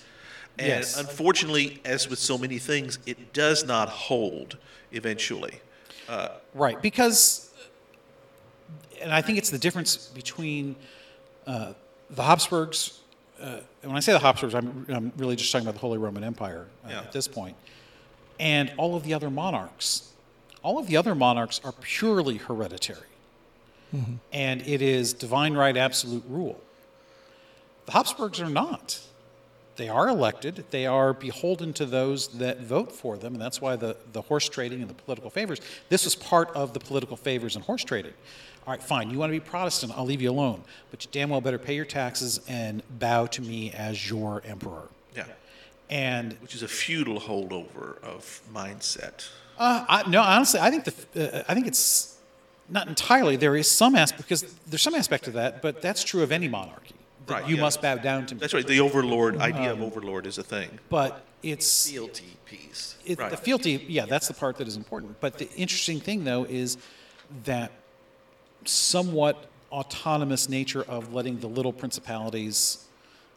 C: And
A: Yes.
C: unfortunately, as with so many things, it does not hold eventually.
A: Right, because, and I think it's the difference between uh, the Habsburgs. Uh, and when I say the Habsburgs, I'm, I'm really just talking about the Holy Roman Empire uh,
C: Yeah.
A: at this point, and all of the other monarchs. All of the other monarchs are purely hereditary, and it is divine right, absolute rule. The Habsburgs are not. They are elected. They are beholden to those that vote for them, and that's why the, the horse trading and the political favors. This was part of the political favors and horse trading. All right, fine. You want to be Protestant? I'll leave you alone, but you damn well better pay your taxes and bow to me as your emperor.
C: Yeah.
A: And
C: Which is a feudal holdover of mindset.
A: uh, I, no, honestly, I think the uh, I think it's not entirely. There is some aspect because there's some aspect of that, but that's true of any monarchy. that
C: Right,
A: you
C: yeah.
A: must bow down to me.
C: That's right. The overlord idea of overlord is a thing.
A: But it's
B: fealty piece.
A: it, the
C: Right.
A: fealty, yeah, that's the part that is important. But the interesting thing, though, is that somewhat autonomous nature of letting the little principalities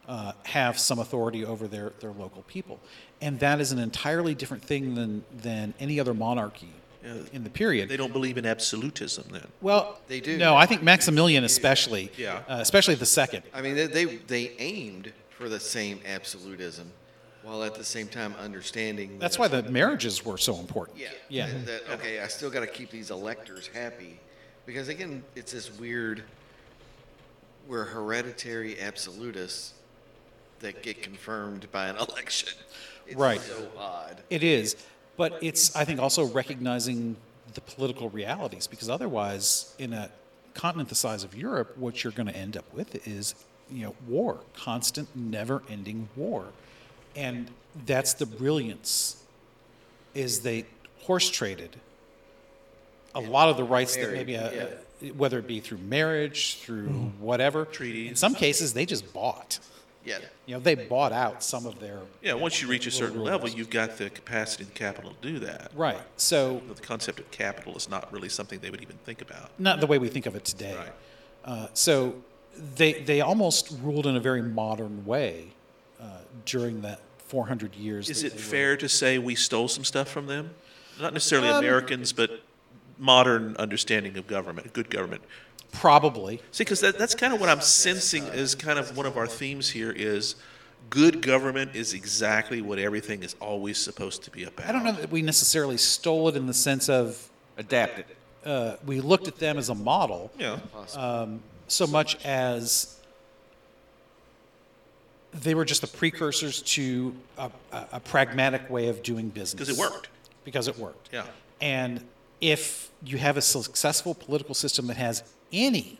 A: uh, have some authority over their, their local people. And that is an entirely different thing than, than any other monarchy in the period.
C: They don't believe in absolutism then.
A: well,
B: They do.
A: No, I think Maximilian, especially,
C: Yeah.
A: uh, especially the second.
B: I mean, they, they they aimed for the same absolutism, while at the same time understanding.
A: That's
B: that-
A: why the marriages were so important.
B: Yeah.
A: Yeah. Mm-hmm.
B: That, that, okay, I still got to keep these electors happy, because again, it's this weird. We're hereditary absolutists that get confirmed by an election. It's
A: Right.
B: So odd.
A: It is, but it's I think also recognizing the political realities because otherwise, in a continent the size of Europe, what you're going to end up with is you know war, constant, never-ending war, and that's the brilliance. Is they horse traded a lot of the rights that maybe a, whether it be through marriage, through whatever Mm-hmm. treaties. In some cases, they just bought.
B: Yeah.
A: You know, they bought out some of their
C: Yeah, once you reach a certain level, you've got the capacity and capital to do that.
A: right. So
C: The concept of capital is not really something they would even think about.
A: not the way we think of it today.
C: Right.
A: Uh, so they they almost ruled in a very modern way uh, during that 400 years.
C: Is
A: that
C: it
A: they were-
C: fair to say we stole some stuff from them? Not necessarily
A: Um,
C: Americans, but modern understanding of government, good government.
A: Probably.
C: See, because that, that's kind of what I'm sensing is kind of one of our themes here is good government is exactly what everything is always supposed to be about.
A: I don't know that we necessarily stole it in the sense of
E: Adapted.
A: uh, we looked at them as a model
C: Yeah.
A: so much as they were just the precursors to a, a, a pragmatic way of doing business.
C: Because it worked.
A: Because it worked.
C: Yeah.
A: And if you have a successful political system that has any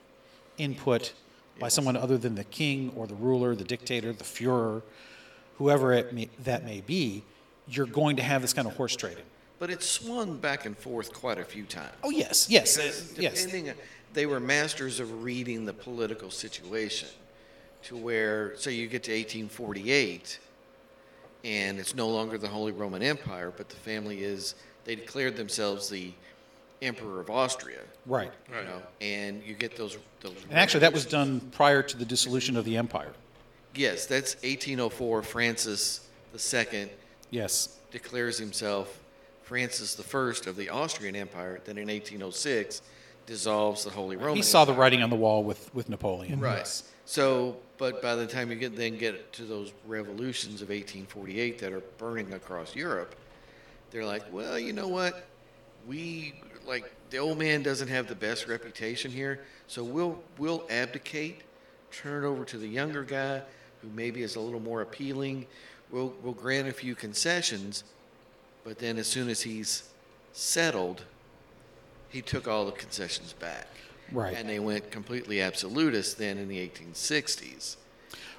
A: input by someone other than the king or the ruler, the dictator, the Fuhrer, whoever it may, that may be, you're going to have this kind of horse trading.
B: But it swung back and forth quite a few times.
A: Oh, yes, yes, yes.
B: Depending, they were masters of reading the political situation to where, so you get to 1848, and it's no longer the Holy Roman Empire, but the family is, they declared themselves the Emperor of Austria.
A: Right.
B: You know, and you get those, those.
A: And actually, that was done prior to the dissolution of the empire.
B: Yes, that's 1804, Francis II
A: Yes.
B: declares himself Francis I of the Austrian Empire, then in 1806 dissolves the Holy Roman
A: He saw the
B: Empire.
A: writing on the wall with, with Napoleon.
B: Right.
A: Yes.
B: So, but by the time you get then get to those revolutions of 1848 that are burning across Europe, they're like, well, you know what? We like the old man doesn't have the best reputation here, so we'll we'll abdicate, turn it over to the younger guy who maybe is a little more appealing. We'll we'll grant a few concessions, but then as soon as he's settled, he took all the concessions back.
A: Right.
B: And they went completely absolutist then in the 1860s.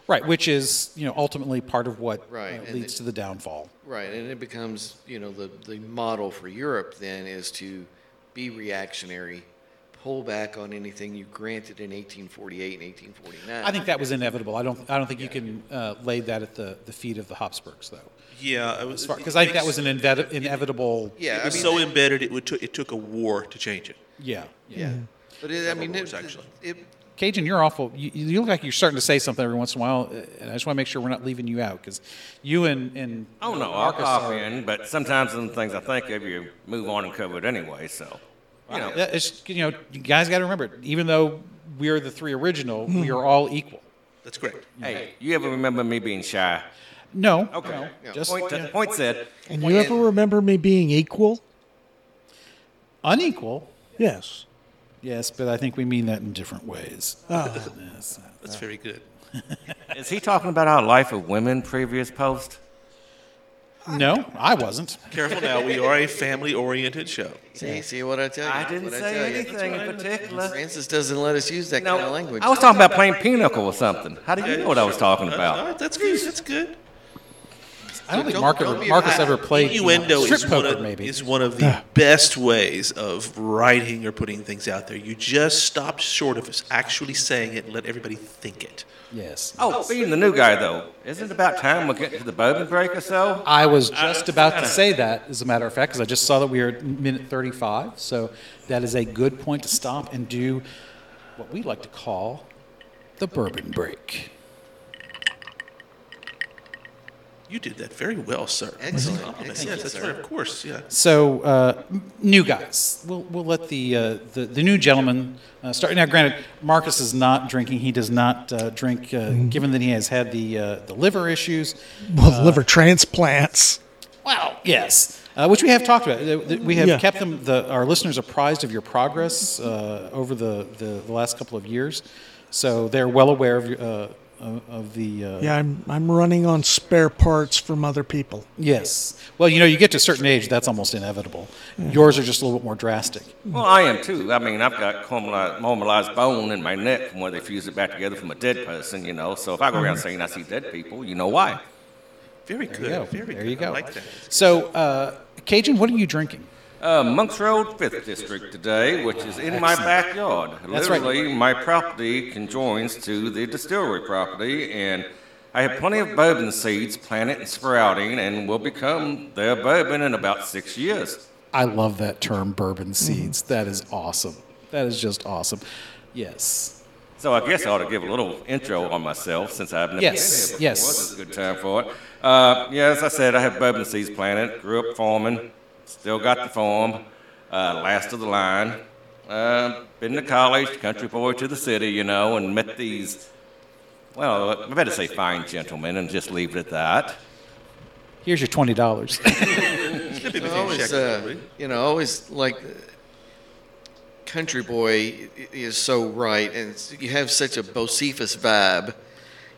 A: Right, which is you know ultimately part of what
B: Right,
A: uh,
B: and
A: leads
B: it-
A: to the downfall.
B: Right. And it becomes, you know, the, the model for Europe then is to be reactionary, pull back on anything you granted in 1848 and 1849.
A: I think that was inevitable. I don't, I don't think you can uh, lay that at the, the feet of the Habsburgs, though.
C: Yeah, it was
A: Because I think that was an invet- inevitable.
B: yeah,
C: It
B: I
C: was
B: mean,
C: so embedded it would took it took a war to change it.
A: Yeah.
B: yeah. But it, I mean,
C: wars,
B: it,
C: actually.
B: it,
A: Cajun, you're awful. You, you look like you're starting to say something every once in a while, uh, and I just want to make sure we're not leaving you out because you and, and
E: Oh no, I'll pop in, but sometimes some things I think of you move on and cover it anyway. So, you know,
A: Yeah, it's, you know, you guys got to remember, even though we are the three original, we are all equal.
C: That's correct.
E: hey, you ever remember me being shy?
A: No.
E: Okay.
A: no, just
E: point,
A: yeah.
E: point said.
D: And you ever remember me being equal?
A: unequal.
D: Yes.
A: Yes, but I think we mean that in different ways. Uh, Yes.
C: That's very good.
E: Is he talking about our life of women previous post?
A: No, I wasn't.
C: Careful now, we are a family-oriented show.
B: see, see what I tell you.
E: I didn't
B: what
E: say
B: tell you.
E: anything in particular.
B: Francis doesn't let us use that
E: No,
B: kind of language.
E: I was talking about playing pinochle or something. How do you know what I was talking
C: All
E: about?
C: right, Uh, that's good. That's good.
A: I don't think
B: don't-
A: Mark
B: don't
A: ever,
B: be
A: Marcus
B: mad.
A: ever played
C: Innuendo
A: strip
C: is one,
A: poker,
C: of,
A: maybe.
C: is one of the best ways of writing or putting things out there. You just stop short of actually saying it and let everybody think it.
A: yes.
E: Oh, being the new guy though, isn't it about time we get to the bourbon break or so?
A: I was just about to say that, as a matter of fact, because I just saw that we are at minute 35. So that is a good point to stop and do what we like to call the bourbon break.
C: You did that very well, sir.
B: Excellent.
C: Compliments.
B: Thank
C: Yes,
B: you,
C: that's
B: sir.
C: right. Of course. Yeah.
A: So, uh, m- new guys, we'll, we'll let the, uh, the, the new gentleman uh, start. Now, granted, Marcus is not drinking. He does not uh, drink, uh, given that he has had the, uh, the liver issues.
D: Well, liver transplants.
A: Wow. Yes. Uh, which we have talked about. Uh, th- We have
D: Yeah.
A: kept them, the, our listeners apprised of your progress uh, over the, the, the last couple of years. So they're well aware of, your- uh, of of the. Uh,
D: Yeah, I'm I'm running on spare parts from other people.
A: Yes. Well, you know, you get to a certain age, that's almost inevitable. Yours are just a little bit more drastic.
E: Well, I am too. I mean, I've got caramelized, caramelized bone in my neck from where they fuse it back together from a dead person, you know. So if I go
A: Mm-hmm.
E: around saying I see dead people, you know why.
C: Very good.
A: There you go.
C: Very
A: there
C: good.
A: you go.
C: I like that.
A: So, uh, Cajun, what are you drinking?
E: Uh, Monks Road, 5th District today, which is in my backyard.
A: That's right.
E: Literally, my property conjoins to the distillery property, and I have plenty of bourbon seeds planted and sprouting and will become their bourbon in about six years.
A: I love that term, bourbon seeds. That is awesome. That is just awesome. Yes.
E: So I guess I ought to give a little intro on myself since I've never
A: Yes,
E: been here before.
A: yes.
E: This is a good time for it. Uh, yeah, as I said, I have bourbon seeds planted, grew up farming, still got the farm, uh, last of the line. Uh, been to college, country boy to the city, you know, and met these, well, I better say fine gentlemen and just leave it at that.
A: Here's your $20.
C: Slipping
B: I
C: with you,
B: always,
C: Shaq,
B: uh,
C: everybody.
B: you know, I always like uh, Country Boy i- is so right, and it's- you have such a Bocephus vibe,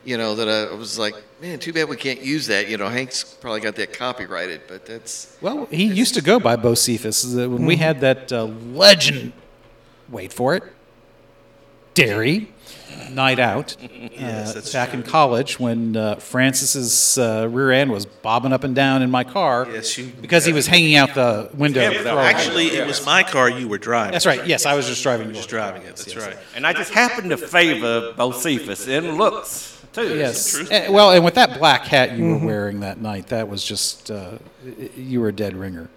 B: you know, that I was like, man, too bad we can't use that. You know, Hank's probably got that copyrighted, but that's
A: Well, he used to go by Bocephus. Uh, When
C: Hmm.
A: we had that uh, legend, wait for it, dairy night out uh,
C: that's
A: back in college when uh, Francis's uh, rear end was bobbing up and down in my car
C: Yes, you-
A: because he was hanging out the window.
C: uh,
A: throwing-
C: Actually, it was my car you were driving.
A: that's right. Yes, I was just driving.
C: Just driving it. That's right.
E: And I just happen to favor Bocephus in looks, too.
A: Yes. Eh, well, and with that black hat you
C: Mm-hmm.
A: were wearing that night, that was just uh, y- y- you were a dead ringer.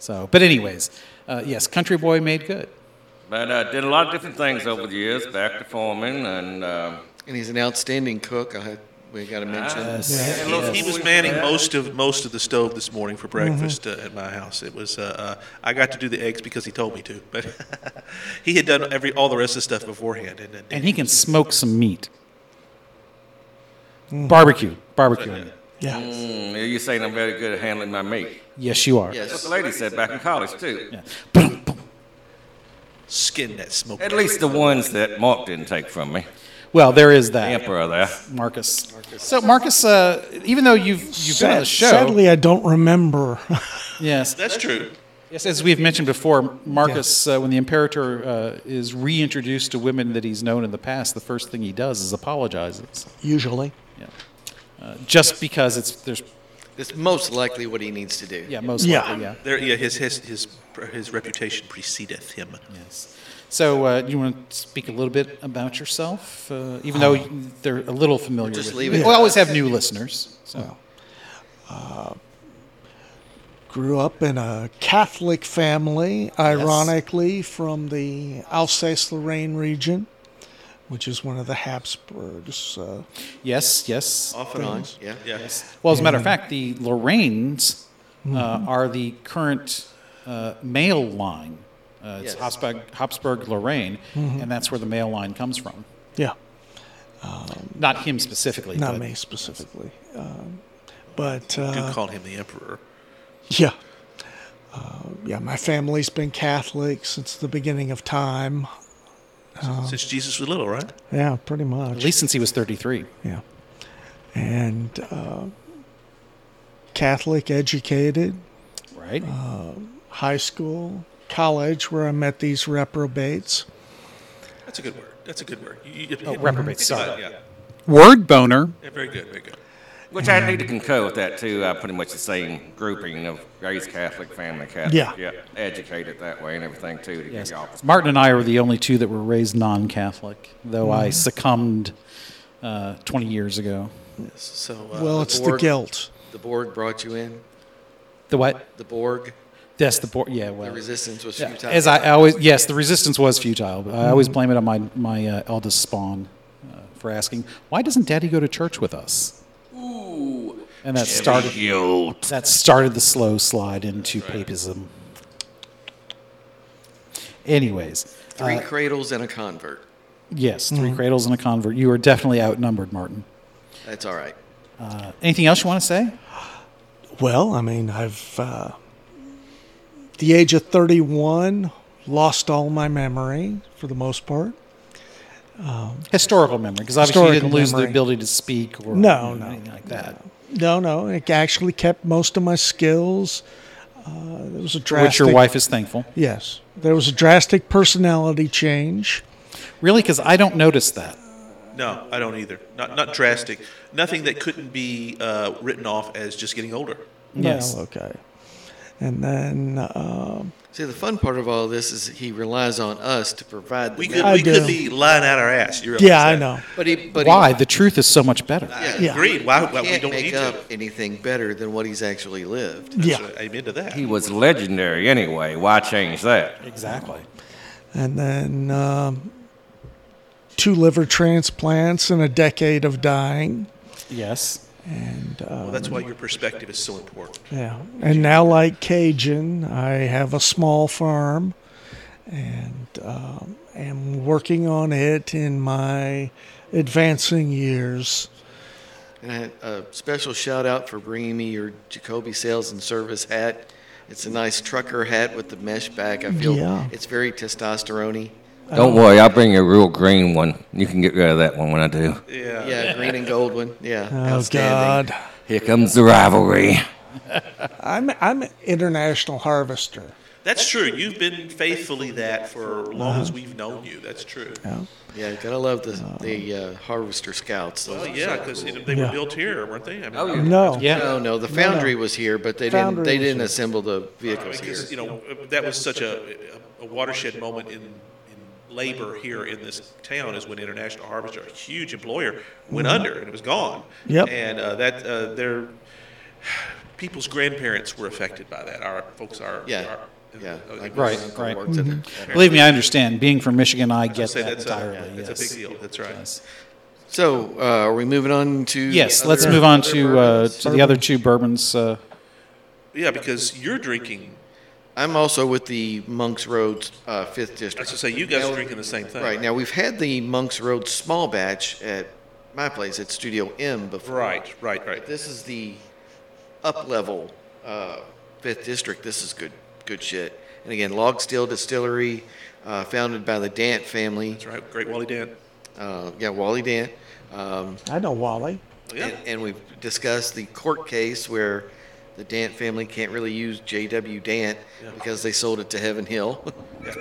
A: So, but anyways, uh, yes, Country Boy made good.
E: But uh, did a lot of different things over the years, back to farming and. Uh,
B: and he's an outstanding cook. I had, we got to mention.
A: Yes.
C: Look, he was manning most of most of the stove this morning for breakfast uh, at my house. It was uh, uh, I got to do the eggs because he told me to, but he had done every all the rest of the stuff beforehand. And, and
A: and he can smoke some meat. Barbecue, barbecue. in it.
D: Yeah.
E: Mm, You're saying I'm very good at handling my meat.
A: Yes, you are.
E: That's what
B: Yes.
E: the lady said back in college, too.
A: Yeah. Boom, boom.
C: skin that smoke.
E: At least the ones that Mark didn't take from me.
A: Well, there is
E: The
A: that,
E: emperor there.
A: Marcus. So, Marcus, uh, even though you've you've been on the
D: Sad-
A: show,
D: Sadly, I don't remember.
A: yes,
C: That's true.
A: yes, as we've mentioned before, Marcus, uh, when the Imperator uh, is reintroduced to women that he's known in the past, the first thing he does is apologizes,
D: Usually.
A: uh, just because it's there's
B: It's most likely what he needs to do.
A: yeah most
D: Yeah.
A: likely yeah.
C: There, yeah, his his his his reputation precedeth him.
A: Yes. So, uh, you want to speak a little bit about yourself, uh, even though they're a little familiar
B: Just
A: with
B: leave
A: you.
B: it.
A: We always have new listeners. So,
D: Grew up in a Catholic family, ironically, from the Alsace Lorraine region, which is one of the Habsburgs. Uh,
A: yes, yes.
B: Off and on. Yeah.
C: Yeah.
A: Well, as a matter of fact, the Lorraines uh,
D: Mm-hmm.
A: are the current uh, mail line. Uh, it's
B: Yes.
A: Habsburg, Habsburg Lorraine,
D: Mm-hmm.
A: and that's where the mail line comes from.
D: yeah.
A: Not him specifically.
D: Not
A: but
D: me specifically. Um, but
C: Do
D: uh,
C: call him the emperor.
D: yeah. Uh, yeah, my family's been Catholic since the beginning of time.
C: Since Jesus was little, right?
D: Yeah, pretty much.
A: At least since he was 33.
D: Yeah. And uh, Catholic educated,
A: Right.
D: Oh. high school, college, where I met these reprobates.
C: That's a good word. That's a good word. You, you,
A: Oh, reprobate,
C: you-
A: sorry.
C: Yeah.
A: Word boner.
C: Yeah, Very good. Very good.
E: Which I need to concur with that too. Uh, pretty much the same grouping of raised Catholic, family Catholic.
D: Yeah.
E: Educated that way and everything too. To get
A: Yes.
E: y'all pers-
A: Martin and I were the only two that were raised non-Catholic, though I
B: Mm-hmm.
A: succumbed uh, 20 years ago.
C: So, uh,
D: Well, it's the
B: Borg.
D: guilt.
B: The Borg brought you in.
A: The what?
B: The Borg.
A: That's the board. Yeah, well.
B: The resistance was
A: Yeah,
B: futile. Mm-hmm.
A: As I always, yes, the resistance was futile. But I always blame it on my my uh, eldest spawn uh, for asking why doesn't Daddy go to church with us? Ooh, and that started
E: Guilt.
A: that started the slow slide into papism. Anyways,
B: Three cradles and a convert.
A: yes, 3
B: Mm-hmm.
A: cradles and a convert. You are definitely outnumbered, Martin.
B: That's all right.
A: Anything else you want to say?
D: Well, I mean, I've, uh, the age of 31, lost all my memory for the most part.
A: Historical memory, because obviously you
D: Historical
A: didn't lose the
D: memory.
A: ability to speak or
D: No,
A: you know,
D: no,
A: anything like that.
D: No, no, it actually kept most of my skills. Uh, there was a
A: For Which
D: drastic.
A: your wife is thankful,
D: Yes, there was a drastic personality change.
A: really, because I don't notice that.
C: no, I don't either. Not not drastic. Nothing that couldn't be uh, written off as just getting older.
A: Yes.
D: Well, okay. And then um,
B: See, the fun part of all this is he relies on us to provide the
C: We could
D: I
B: message.
C: we could be
D: do.
C: lying out our ass. You realize
D: Yeah, I
C: that?
D: know.
B: But he, but
A: Why?
B: He,
A: The truth is so much better.
B: yeah,
D: Yeah.
C: Agreed. Why, why
B: Can't
C: we don't
B: make
C: need
B: up
C: to?
B: anything better than what he's actually lived.
D: Yeah.
C: So, amen to that.
E: He was legendary anyway. Why change that?
A: Exactly.
D: And then um, two liver transplants and a decade of dying.
A: Yes.
D: And uh,
C: Well, that's why your perspective is so important.
D: yeah, and now like Cajun, I have a small farm, and um, am working on it in my advancing years.
B: And I- a special shout out for bringing me your Jacoby Sales and Service hat. It's a nice trucker hat with the mesh back. I feel
D: Yeah.
B: it's very testosterone.
E: Don't worry, I'll bring you a real green one. You can get rid of that one when I do.
C: Yeah.
B: Yeah, green and gold one. Yeah,
D: Oh
B: outstanding.
D: God,
E: Here comes the rivalry.
D: I'm I'm an international harvester.
C: That's true. You've been faithfully that for as long as
D: Uh-huh.
C: we've known you. That's true.
B: Yeah, gotta love the the uh, Harvester Scouts. Those
C: Well,
B: are
C: yeah,
B: so
C: because
B: cool.
C: they were
D: Yeah.
C: built here, weren't they? I mean,
E: Oh, yeah.
D: No,
A: Yeah.
B: No, no, the foundry was here, but they didn't.
D: Foundry
B: They
D: was
B: didn't
D: here.
B: assemble the vehicles here.
C: Because, you know, that was such a, a watershed moment in, in labor here in this town is when International Harvester, a huge employer, went under and it was gone.
D: Yep.
C: And uh, that, uh, their, people's grandparents were affected by that. Our folks are.
B: Yeah,
C: are-
B: yeah.
C: uh,
B: Like Mm-hmm.
A: Right,
B: my uncle
A: right.
B: worked at it.
A: Believe me, I understand. Being from Michigan, I get
C: Say
A: that
C: that's
A: entirely.
C: a,
A: yes.
C: that's a big deal. That's right.
A: Yes.
B: So, uh, are we moving on to?
A: Yes,
B: other-
A: let's move on
B: other
A: to uh,
B: bourbons?
A: to the other two bourbons. Uh,
C: Yeah, because you're drinking.
B: I'm also with the Monk's Road uh, Fifth
C: I was
B: District.
C: gonna say you guys are drinking the same thing.
B: Right now, we've had the Monk's Road small batch at my place at Studio M before.
C: Right, right, right.
B: This is the up level uh, Fifth District. This is good, good shit. And again, Log Still Distillery, uh, founded by the Dant family.
C: That's right. Great Wally Dan.
B: Uh, yeah, Wally Dant. Um,
D: I know Wally.
C: Yeah.
B: And, and we've discussed the court case where the Dant family can't really use J.W. Dant because they sold it to Heaven Hill.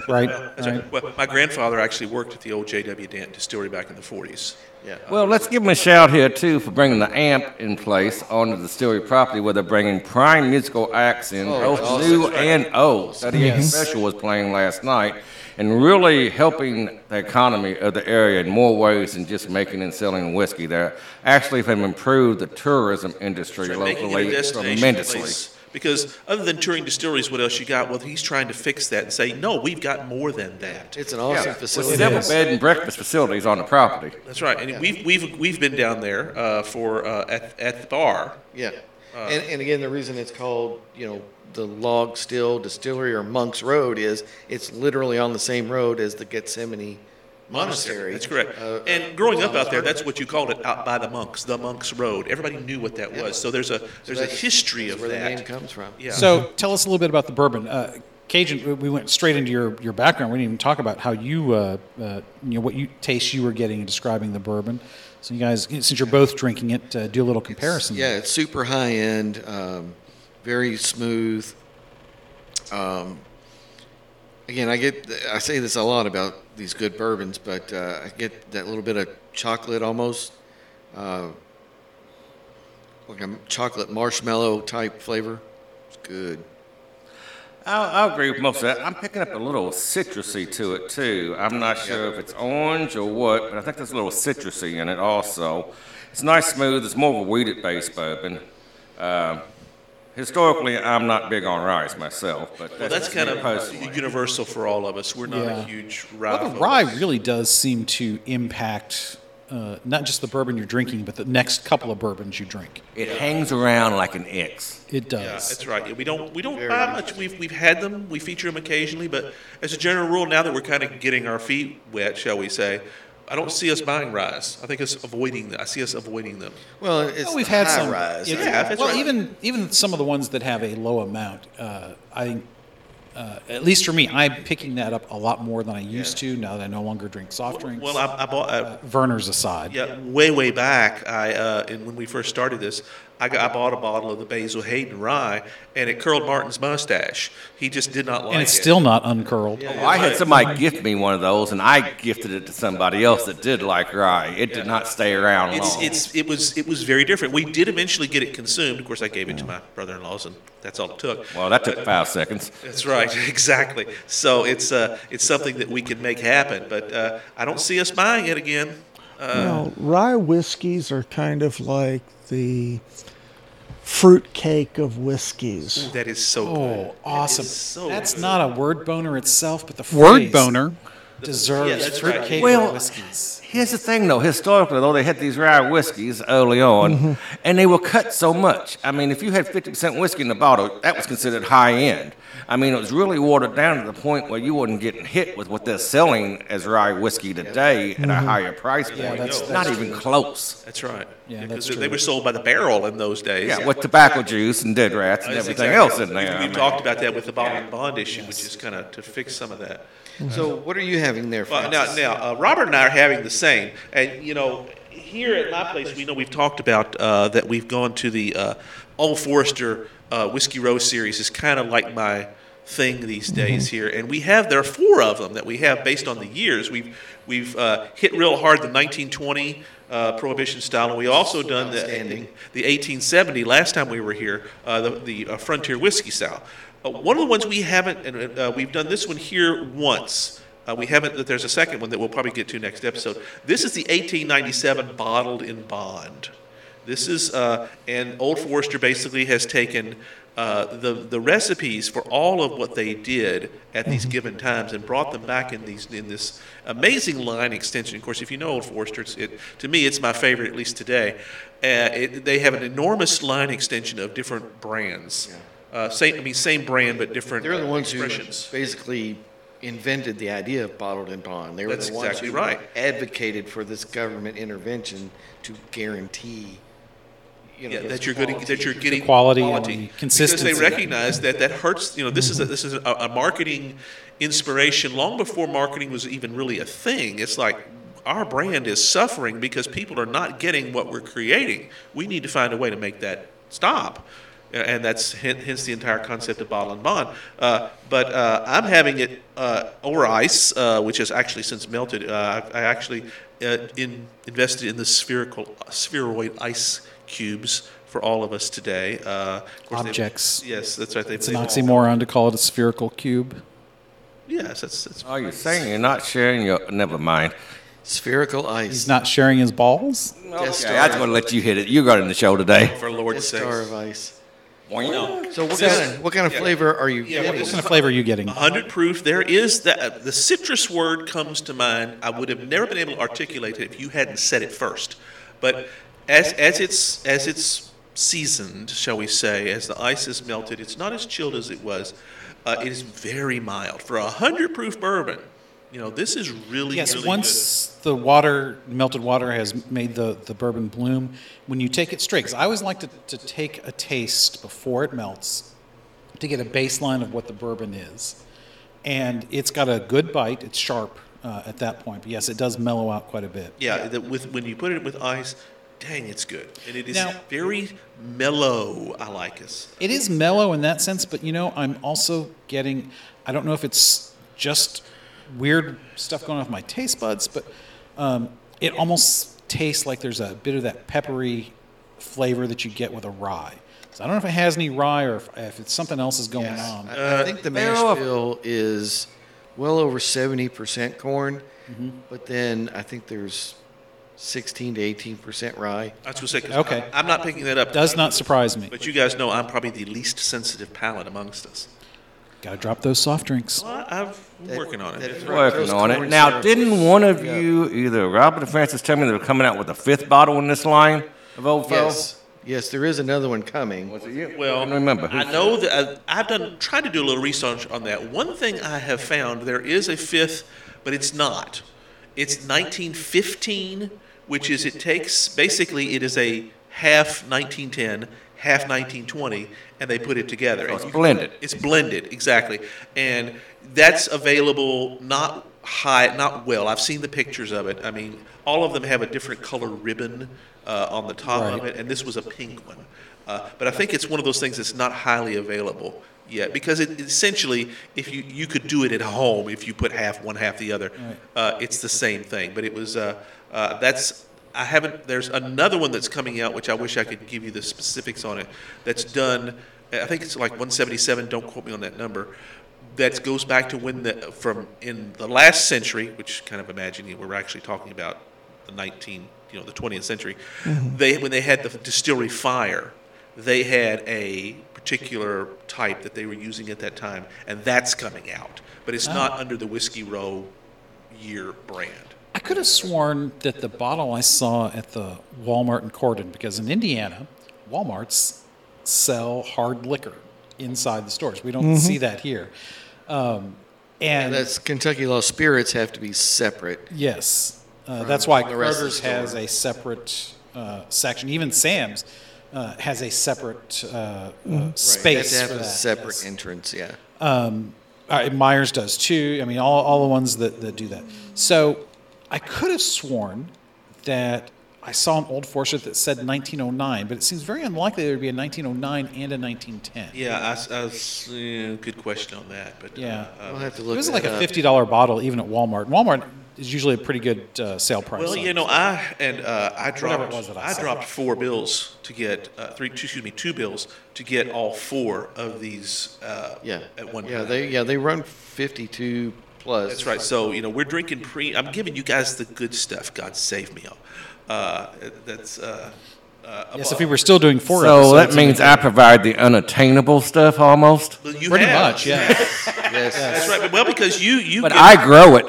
A: right,
C: That's
A: right.
C: right. Well, my grandfather actually worked at the old J.W. Dant distillery back in the 40s.
B: Yeah.
E: Well, let's give them a shout here too for bringing the amp in place on the distillery property, where they're bringing prime musical acts in,
B: Oh,
E: both
B: awesome.
E: new and old. Thirty Eight Special was playing last night, and really helping the economy of the area in more ways than just making and selling whiskey. They actually have improved the tourism industry
C: making it a
E: locally
C: destination
E: tremendously.
C: place. Because other than touring distilleries, what else you got? Well, he's trying to fix that and say, no, we've got more than that.
B: It's an awesome
E: Yeah, with
B: facility.
E: several bed and breakfast facilities on the property.
C: That's right. And we've we've we've been down there uh, for uh, at at the bar.
B: Yeah.
C: Uh.
B: and, and again, the reason it's called, you know, the Log Still Distillery or Monk's Road is it's literally on the same road as the Gethsemane Monastery.
C: That's correct.
B: Uh,
C: and growing up out there, that's what you called it out by the monks, the monks' road. Everybody knew what that was. So there's a there's a history
B: that's
C: of
B: where
C: that.
B: the name comes from.
C: Yeah.
A: So tell us a little bit about the bourbon. Uh, Cajun, we- we went straight into your, your background. We didn't even talk about how you, uh, uh, you know, what you taste you were getting and describing the bourbon. So you guys, since you're both drinking it, uh, do a little comparison.
B: Yeah, it's super high end, um, very smooth. Um, again, I get I say this a lot about these good bourbons, but uh, I get that little bit of chocolate almost, uh, like a chocolate marshmallow type flavor. It's good.
E: I, I agree with most of that. I'm picking up a little citrusy to it too. I'm not sure if it's orange or what, but I think there's a little citrusy in it also. It's nice, smooth. It's more of a weeded base bourbon. Uh, historically, I'm not big on rice myself, but that's,
C: well, that's
E: just
C: kind
E: me
C: of
E: personally.
C: universal for all of us. We're not a
A: Yeah.
C: huge rye.
A: Well, the
C: folk.
A: rye really does seem to impact uh, not just the bourbon you're drinking, but the next couple of bourbons you drink.
E: It hangs around like an X.
A: It does.
C: Yeah, that's right. Yeah, we don't we don't buy much. We've we've had them. We feature them occasionally, but as a general rule, now that we're kind of getting our feet wet, shall we say, I don't see us buying rice. I think it's avoiding. them. I see us avoiding them.
B: Well, it's
A: Well, we've
B: the
A: had
B: high
A: some.
B: rise.
A: it's-
C: Yeah, that's
A: well,
C: right.
A: even even some of the ones that have a low amount, uh, I uh, at least for me, I'm picking that up a lot more than I used to now that I no longer drink soft drinks.
C: Well, I, I bought. I,
A: Verner's aside,
C: Yeah, way way back, I uh, and when we first started this, I, got, I bought a bottle of the Basil Hayden rye, and it curled Martin's mustache. He just did not like
A: and it's
C: it.
A: still not uncurled.
E: Well, I had somebody gift me one of those, and I gifted it to somebody else that did like rye. It did not stay around
C: It's,
E: long.
C: it's it was it was very different. We did eventually get it consumed. Of course, I gave it to my brother-in-laws, and that's all it took.
E: well, that took five seconds.
C: That's right, exactly. So it's uh, it's something that we can make happen, but uh, I don't see us buying it again. Uh,
D: You know, rye whiskeys are kind of like the fruit cake of whiskeys.
C: That is so good.
A: Oh, awesome!
C: so
A: That's
C: good.
A: not a word boner itself, but the
F: Word
A: phrase
F: boner.
C: Yeah,
A: deserves
C: that's right.
A: fruitcake
E: Well-
A: and whiskeys.
E: Here's the thing, though. Historically, though, they had these rye whiskeys early on, and they were cut so much. I mean, if you had 50% whiskey in the bottle, that was considered high end. I mean, it was really watered down to the point where you wasn't getting hit with what they're selling as rye whiskey today at a higher price point.
A: that's-
E: Not
A: that's
E: even close.
C: That's right.
A: Yeah,
C: because
A: that's
C: they
A: true.
C: were sold by the barrel in those days.
E: Yeah, with tobacco juice and dead rats and
C: That's
E: everything
C: exactly-
E: else in there.
C: We,
E: I
C: we
E: mean.
C: talked about that with the bond and bond issue, which is kind of to fix some of that.
B: So, what are you having there?
C: Well,
B: Francis?
C: now, now uh, Robert and I are having the same, and you know, here at my place, we know we've talked about uh, that we've gone to the uh, Old Forester uh, Whiskey Row series is kind of like my thing these
B: Mm-hmm.
C: days here, and we have there are four of them that we have based on the years. We've we've uh, hit real hard the 1920 uh, Prohibition style, and we also done the
B: Outstanding.
C: the 1870 last time we were here, uh, the, the uh, Frontier Whiskey Sour. Uh, one of the ones we haven't, and uh, we've done this one here once. Uh, we haven't, but there's a second one that we'll probably get to next episode. This is the 1897 Bottled in Bond. This is, uh, and Old Forester basically has taken uh, the, the recipes for all of what they did at these given times and brought them back in these in this amazing line extension. Of course, if you know Old Forester, it's, it, to me it's my favorite at least today. Uh, it, they have an enormous line extension of different brands. Uh, same, I mean, same brand but different
B: They're the ones who
C: expressions.
B: basically invented the idea of bottled and bond. They were
C: That's
B: the ones
C: exactly
B: who
C: right.
B: advocated for this government intervention to guarantee, you know,
C: Yeah,
B: this
C: that you're getting,
B: quality.
C: that you're getting
A: quality and the
C: Because
A: consistency.
C: they recognize that that hurts. You know, this is a, this is a, a marketing inspiration long before marketing was even really a thing. It's like our brand is suffering because people are not getting what we're creating. We need to find a way to make that stop. Uh, And that's hen- hence the entire concept of bottle and bond. Uh, but uh, I'm having it uh, over ice, uh, which has actually since melted. Uh, I I actually uh, in, invested in the spherical spheroid ice cubes for all of us today. Uh, of course they-
A: Objects.
C: yes, that's right. They,
A: It's an oxymoron to call it a spherical cube.
C: Yes, that's that's.
E: Oh, you're saying you're not sharing your. Never mind.
B: Spherical
A: He's
B: ice.
A: not sharing his balls.
B: Death
E: Okay, I was going to let you hit it. You got it in the show today.
C: for Lord's
B: Death
C: sake.
B: Star of ice.
E: Boing.
B: So what kind of what kind of flavor are you
C: Yeah, what
B: getting?
A: What kind of flavor are you getting?
C: 100 proof. There is that. The citrus word comes to mind. I would have never been able to articulate it if you hadn't said it first. But as, as, it's, as it's seasoned, shall we say, as the ice is melted, it's not as chilled as it was. Uh, it is very mild. For a 100 proof bourbon, you know, this is really,
A: Yes,
C: really
A: once the water, melted water, has made the, the bourbon bloom, when you take it straight, 'cause I always like to, to take a taste before it melts to get a baseline of what the bourbon is. And it's got a good bite, it's sharp uh, at that point. But yes, it does mellow out quite a bit.
C: good. Yeah, that with, when you put it with ice, dang, it's good. And it is
A: Now-
C: very mellow, I like it.
A: It is mellow in that sense, but you know, I'm also getting I don't know if it's just weird stuff going off my taste buds, but um, it almost tastes like there's a bit of that peppery flavor that you get with a rye. So I don't know if it has any rye or if, if it's something else is going on.
C: Uh,
B: I, I think the mash
E: Barrel of-
B: bill is well over seventy percent corn,
A: Mm-hmm.
B: but then I think there's sixteen to eighteen percent rye.
C: That's what I was gonna say, 'cause
A: Okay.
C: I'm not picking that up.
A: Does not surprise me.
C: But you guys know I'm probably the least sensitive palate amongst us.
A: Gotta drop those soft drinks.
C: Well, I've been working on
B: that
C: it.
B: is right.
E: Working
B: Those
E: on it.
B: corn
E: Now,
B: syrup
E: didn't
B: is-
E: one of
B: yeah.
E: you, either Robert or Francis, tell me they were coming out with a fifth bottle in this line of Old Foe?
B: Yes, yes, there is another one coming.
E: Was it you?
C: Well,
E: I don't remember. Who-
C: I know that I, I've done tried to do a little research on that. One thing I have found there is a fifth, but it's not. It's 1915, which is it takes basically it is a half 1910, half 1920, and they put it together.
E: it's blended.
C: It's blended, exactly. And that's available not high, not well. I've seen the pictures of it. I mean, all of them have a different color ribbon uh, on the top of
A: Right.
C: it, and this was a pink one. Uh, but I think it's one of those things that's not highly available yet because it essentially, if you, you could do it at home if you put half one, half the other, uh, it's the same thing. But it was, uh, uh, that's, I haven't, there's another one that's coming out, which I wish I could give you the specifics on it, that's done, I think it's like 177, don't quote me on that number, that goes back to when the, from in the last century, which kind of imagine you know, we're actually talking about the 19, you know, the 20th century, they, when they had the distillery fire, they had a particular type that they were using at that time, and that's coming out. But it's not under the Whiskey Row year brand.
A: I could have sworn that the bottle I saw at the Walmart in Cordon, because in Indiana, Walmarts sell hard liquor inside the stores. We don't see that here. Um, and
B: That's Kentucky Law spirits have to be separate.
A: yes, uh, that's why
B: the rest of the
A: Kroger's has a separate uh, section. Even Sam's uh, has a separate uh, uh,
B: Mm-hmm. They have
A: space
B: to have
A: for
B: a
A: that.
B: separate
A: Yes.
B: entrance. Yeah.
A: Uh, Myers does too. I mean, all, all the ones that, that do that. So I could have sworn that I saw an old Forsyth that said 1909, but it seems very unlikely there would be a 1909 and a 1910.
C: Yeah, I s- I s- yeah, good question on that, but. uh,
A: Yeah.
C: uh,
B: I'll have to
A: It
B: look.
A: was
B: that
A: like a
B: up.
A: $50 bottle even at Walmart. And Walmart is usually a pretty good uh, sale price.
C: Well,
A: on
C: you
A: it.
C: know, I, and uh, I dropped,
A: was that I
C: I
A: said.
C: dropped four bills to get, uh, three, two- excuse me, two bills to get all four of these uh,
B: Yeah.
C: at one time.
B: Yeah, they yeah they run fifty-two plus.
C: That's right. So you know, we're drinking pre. I'm giving you guys the good stuff. God save me all. Uh, that's. Uh, uh,
A: Yes,
C: above.
A: if we were still doing four
E: So that
A: episodes,
E: means I provide the unattainable stuff almost.
C: Well, you
A: pretty
C: have.
A: much, yeah.
B: Yes.
C: That's right. But, well, because you you
E: But
C: gif-
E: I grow it.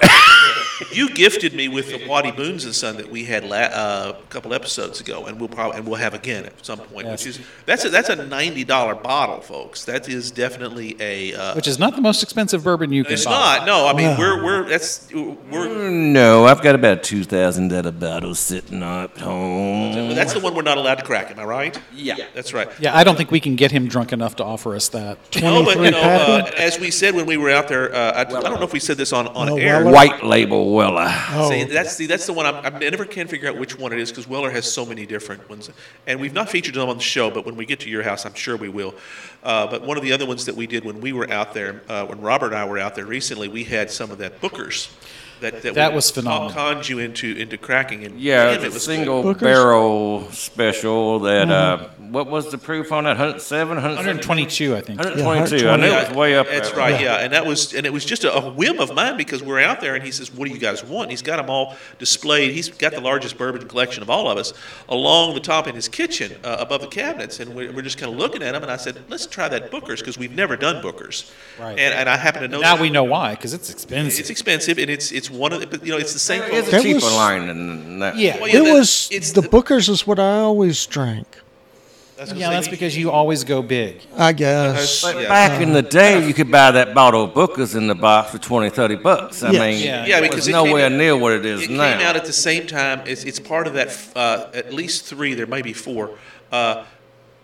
C: you gifted me with the Waddy Boons and Son that we had la- uh, a couple episodes ago, and we'll probably and we'll have again at some point. Which
A: Yes.
C: is that's a, that's a ninety dollar bottle, folks. That is definitely a. Uh,
A: Which is not the most expensive bourbon you can
C: it's
A: buy.
C: not. No, I mean we're we're that's we're
E: no, I've got about 2,000 dollar bottles sitting up home.
C: that's the one we're not allowed to crack. Am I right?
E: Yeah.
C: That's right.
A: Yeah, I don't think we can get him drunk enough to offer us that.
C: No, but you
D: 23
C: know, uh,
D: patent?
C: as we said when we were out there, uh, I, I don't know if we said this on, on
D: No,
C: air.
D: Weller?
E: White label uh, Weller.
C: See,
D: Oh,
C: that's the that's the one I'm, I'm- I never can figure out which one it is because Weller has so many different ones, and we've not featured them on the show. But when we get to your house, I'm sure we will. Uh, but one of the other ones that we did when we were out there, uh, when Robert and I were out there recently, we had some of that Booker's. that that,
A: That
C: would
A: was phenomenal.
C: Conned you into into cracking and
E: Yeah,
C: damn, it
E: it's a
C: was
E: single
D: Booker's-
E: barrel special that, uh, what was the proof on that? 107,
A: 122, I think.
E: 122. I knew it was way up
C: That's
E: there.
C: right, yeah. And that was and it was just a, a whim of mine because we're out there and he says, "What do you guys want?" He's got them all displayed. He's got the largest bourbon collection of all of us along the top in his kitchen uh, above the cabinets, and we're, we're just kind of looking at them. And I said, "Let's try that Booker's because we've never done Booker's."
A: Right.
C: And, and I happen to know
A: Now
C: that
A: we know why, because it's expensive.
C: it's expensive and it's it's one of the but, you know it's the same.
E: There is a
D: That
E: cheaper
D: was-
E: line than that.
A: yeah.
C: Well, yeah,
D: It
C: that-
D: was
C: it's
D: the Booker's is what I always drank.
C: that's,
A: yeah, that's because you always go big.
D: I
C: Uh,
D: guess.
E: But back in the day, you could buy that bottle of Booker's in the box for 20, 30 bucks. I
D: Yes.
E: mean,
A: Yeah.
C: Yeah,
E: it
C: because
E: was
C: it came
E: nowhere
C: out-
E: near what it is
C: It
E: now.
C: came out at the same time. It's, it's part of that, uh, at least three, there may be four. Uh,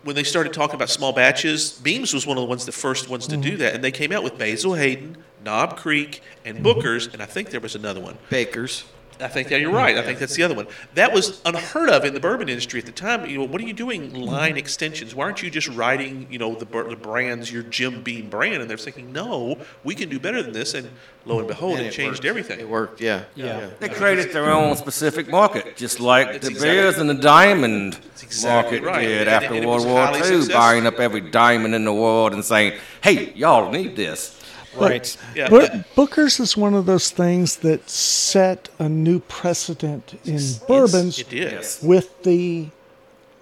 C: when they started talking about small batches, Beams was one of the ones, the first ones to do that. And they came out with Basil Hayden, Knob Creek, and Booker's. And I think there was another one.
B: Bakers.
C: I think that you're right. I think that's the other one. That was unheard of in the bourbon industry at the time. You know, what are you doing line extensions? Why aren't you just writing, you know, the, bur- the brands, your Jim Beam brand? And they're thinking, no, we can do better than this. And lo and behold,
B: And
C: it, changed
B: worked.
C: everything.
B: It worked, yeah.
A: Yeah.
E: They created their own specific market, just like
C: That's
E: the
C: exactly-
E: beers and the diamond
C: exactly
E: market
C: right.
E: did
C: And-
E: after
C: and it
E: World
C: was
E: War
C: highly
E: II,
C: successful.
E: buying up every diamond in the world and saying, "Hey, y'all need this."
A: Right.
C: Yeah,
D: Bo-
C: that-
D: Booker's is one of those things that set a new precedent in bourbons
C: It did.
D: with the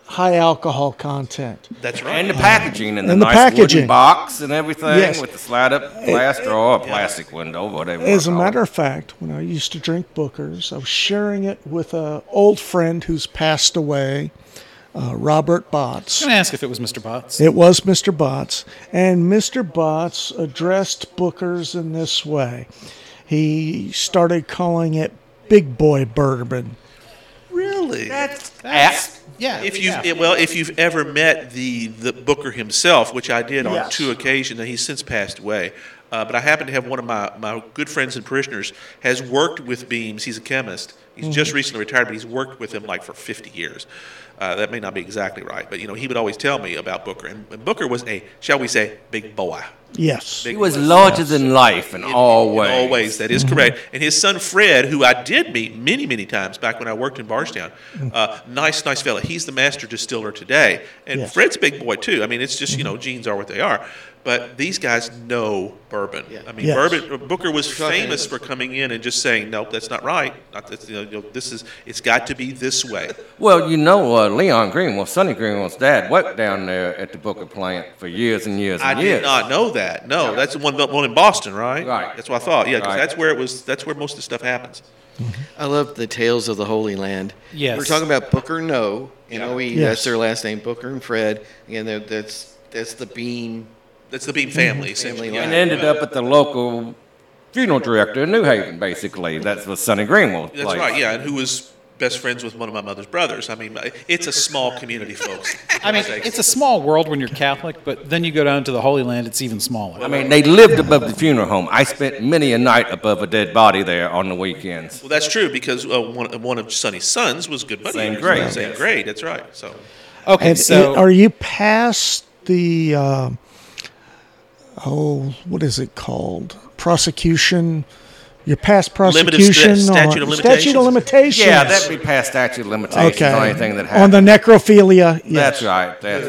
D: high alcohol content.
C: That's right.
E: And the packaging and,
D: And the
E: the, nice
D: packaging.
E: wooden box and everything
D: Yes.
E: with the slide up glass door or plastic window, whatever. you
D: As a
E: wanna call
D: matter
E: it.
D: of fact, when I used to drink Booker's, I was sharing it with an old friend who's passed away, uh, Robert Botts.
A: I'm going to ask if it was Mr. Botts.
D: It was Mr. Botts, and Mr. Botts addressed Booker's in this way. He started calling it Big Boy Bourbon.
C: really.
A: That's- yeah.
C: if you
A: yeah.
C: have well, if you've ever met the, the Booker himself, which I did on
D: Yes.
C: two occasions, and he's since passed away, uh, but I happen to have one of my, my good friends and parishioners has worked with Beams. He's a chemist. He's just recently retired, but he's worked with him like for 50 years. Uh, that may not be exactly right, but you know he would always tell me about Booker, and, and Booker was a shall we say big boy.
D: Yes.
E: he was larger than life in all ways.
C: Always, that is correct. And his son Fred, who I did meet many, many times back when I worked in Barstown, uh, nice, nice fella. He's the master distiller today, and
D: Yes.
C: Fred's a big boy too. I mean, it's just you know, genes are what they are. But these guys know bourbon. I mean,
D: Yes.
C: bourbon. uh, Booker was famous for coming in and just saying, "Nope, that's not right. Not this, you know, you know, this is. It's got to be this way."
E: Well, you know, uh, Leon Greenwell, Sonny Greenwell's dad, worked down there at the Booker plant for years and years
C: I
E: and years.
C: did not know that. No, that's the one, the one in Boston, right?
E: Right.
C: That's what I thought. Yeah, because
E: Right.
C: that's where it was. That's where most of the stuff happens.
B: I love the tales of the Holy Land.
A: Yes.
B: We're talking about Booker No, N O E.
D: Yes.
B: That's their last name, Booker and Fred. Again, that- that's that's the Beam.
C: That's the Beam family, essentially.
B: Family
C: Yeah.
E: and ended up at the local funeral director in New Haven, basically. That's what Sonny Greenwell
C: That's right, yeah, and who was best friends with one of my mother's brothers. I mean, it's a small community, folks.
A: I mean, it's a small world when you're Catholic, but then you go down to the Holy Land, it's even smaller.
E: I mean, they lived above the funeral home. I spent many a night above a dead body there on the weekends.
C: well, that's true because uh, one, one of Sonny's sons was a good buddy.
E: Same
C: of
E: grade,
C: yours. Same
E: yes.
C: grade. That's right. So
A: Okay,
D: And
A: so
D: it- are you past the, uh, oh, what is it called? Prosecution? You're past
C: Limited
D: prosecution?
C: sta- statute
D: on-
C: of
D: Statute of limitations.
E: Yeah, that'd be past statute of limitations
D: okay.
E: on anything that
D: On
E: happened.
D: the necrophilia.
E: that's
D: yes.
E: right. That's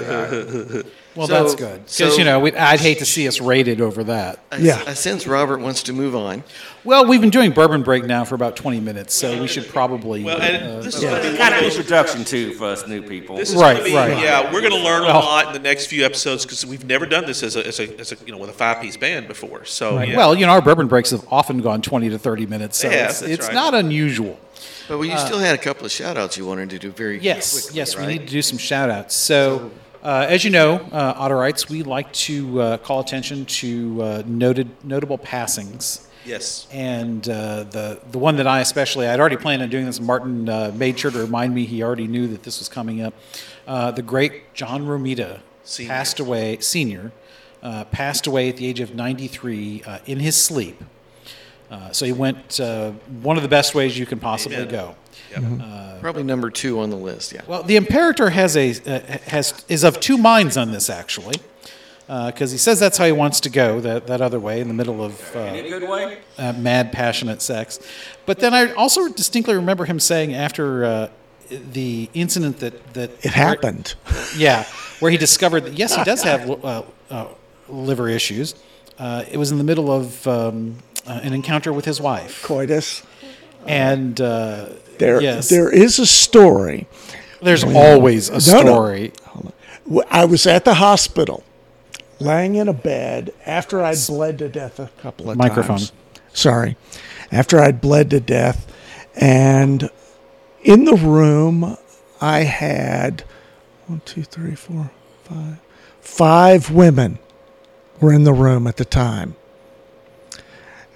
E: right.
A: well,
B: so-
A: that's good because
B: so-
A: you know we, I'd hate to see us rated over that.
B: I,
D: Yeah.
B: I sense Robert wants to move on.
A: Well, we've been doing bourbon break now for about 20 minutes, so we should probably.
C: well,
A: uh,
C: and this is going to be one
E: Kind
C: of
E: of
C: those.
E: introduction too for us new people.
C: This is
A: Right,
C: gonna be,
A: right.
C: Yeah, we're going to learn a
A: Well-
C: lot in the next few episodes because we've never done this as a, as a, as a you know with a five piece band before. So yeah.
A: Well, you know, our bourbon breaks have often gone 20 to 30 minutes, so
C: Yeah,
A: it's,
C: that's
A: it's
C: right.
A: not unusual.
B: But you still had a couple of shout outs you wanted to do very
A: Uh, Yes,
B: quickly,
A: yes,
B: right?
A: we need to do some shout outs. So, uh, as you know, uh, Otterites, we like to uh, call attention to uh, noted notable passings.
C: yes.
A: And uh, the the one that I especially, I'd already planned on doing this. Martin uh, made sure to remind me he already knew that this was coming up. Uh, the great John Romita
C: Senior.
A: passed away, senior, uh, passed away at the age of 93 uh, in his sleep. Uh, so he went uh, one of the best ways you can possibly
C: Amen.
A: go.
C: Yep.
B: Probably number two on the list, yeah.
A: Well, the Imperator has a uh, has is of two minds on this actually. because he says that's how he wants to go, that, that other way, in the middle of uh,
E: In a good way?
A: uh, mad, passionate sex. But then I also distinctly remember him saying after uh, the incident that that
D: It happened.
A: yeah, where he discovered that yes, he does have uh, uh, liver issues. Uh, it was in the middle of um, uh, an encounter with his wife,
D: Coitus.
A: and uh,
D: There,
A: yes,
D: there is a story.
A: there's always a
D: No, no.
A: story.
D: W- I was at the hospital, laying in a bed after I'd bled to death a couple of
A: Microphone.
D: times. Sorry, after I'd bled to death, and in the room I had one, two, three, four, five, five women were in the room at the time,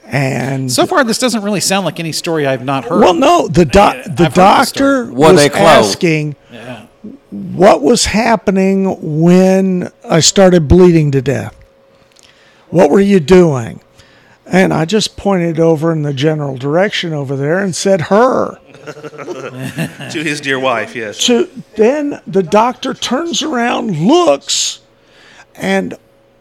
D: and
A: So far, this doesn't really sound like any story I've not heard.
D: well, no, the doc, the
A: I've heard this story.
D: doctor
E: Were
D: was
E: they clothed?
D: asking what was happening when I started bleeding to death. What were you doing? And I just pointed over in the general direction over there and said, "Her."
C: to his dear wife, yes.
D: So then the doctor turns around, looks, and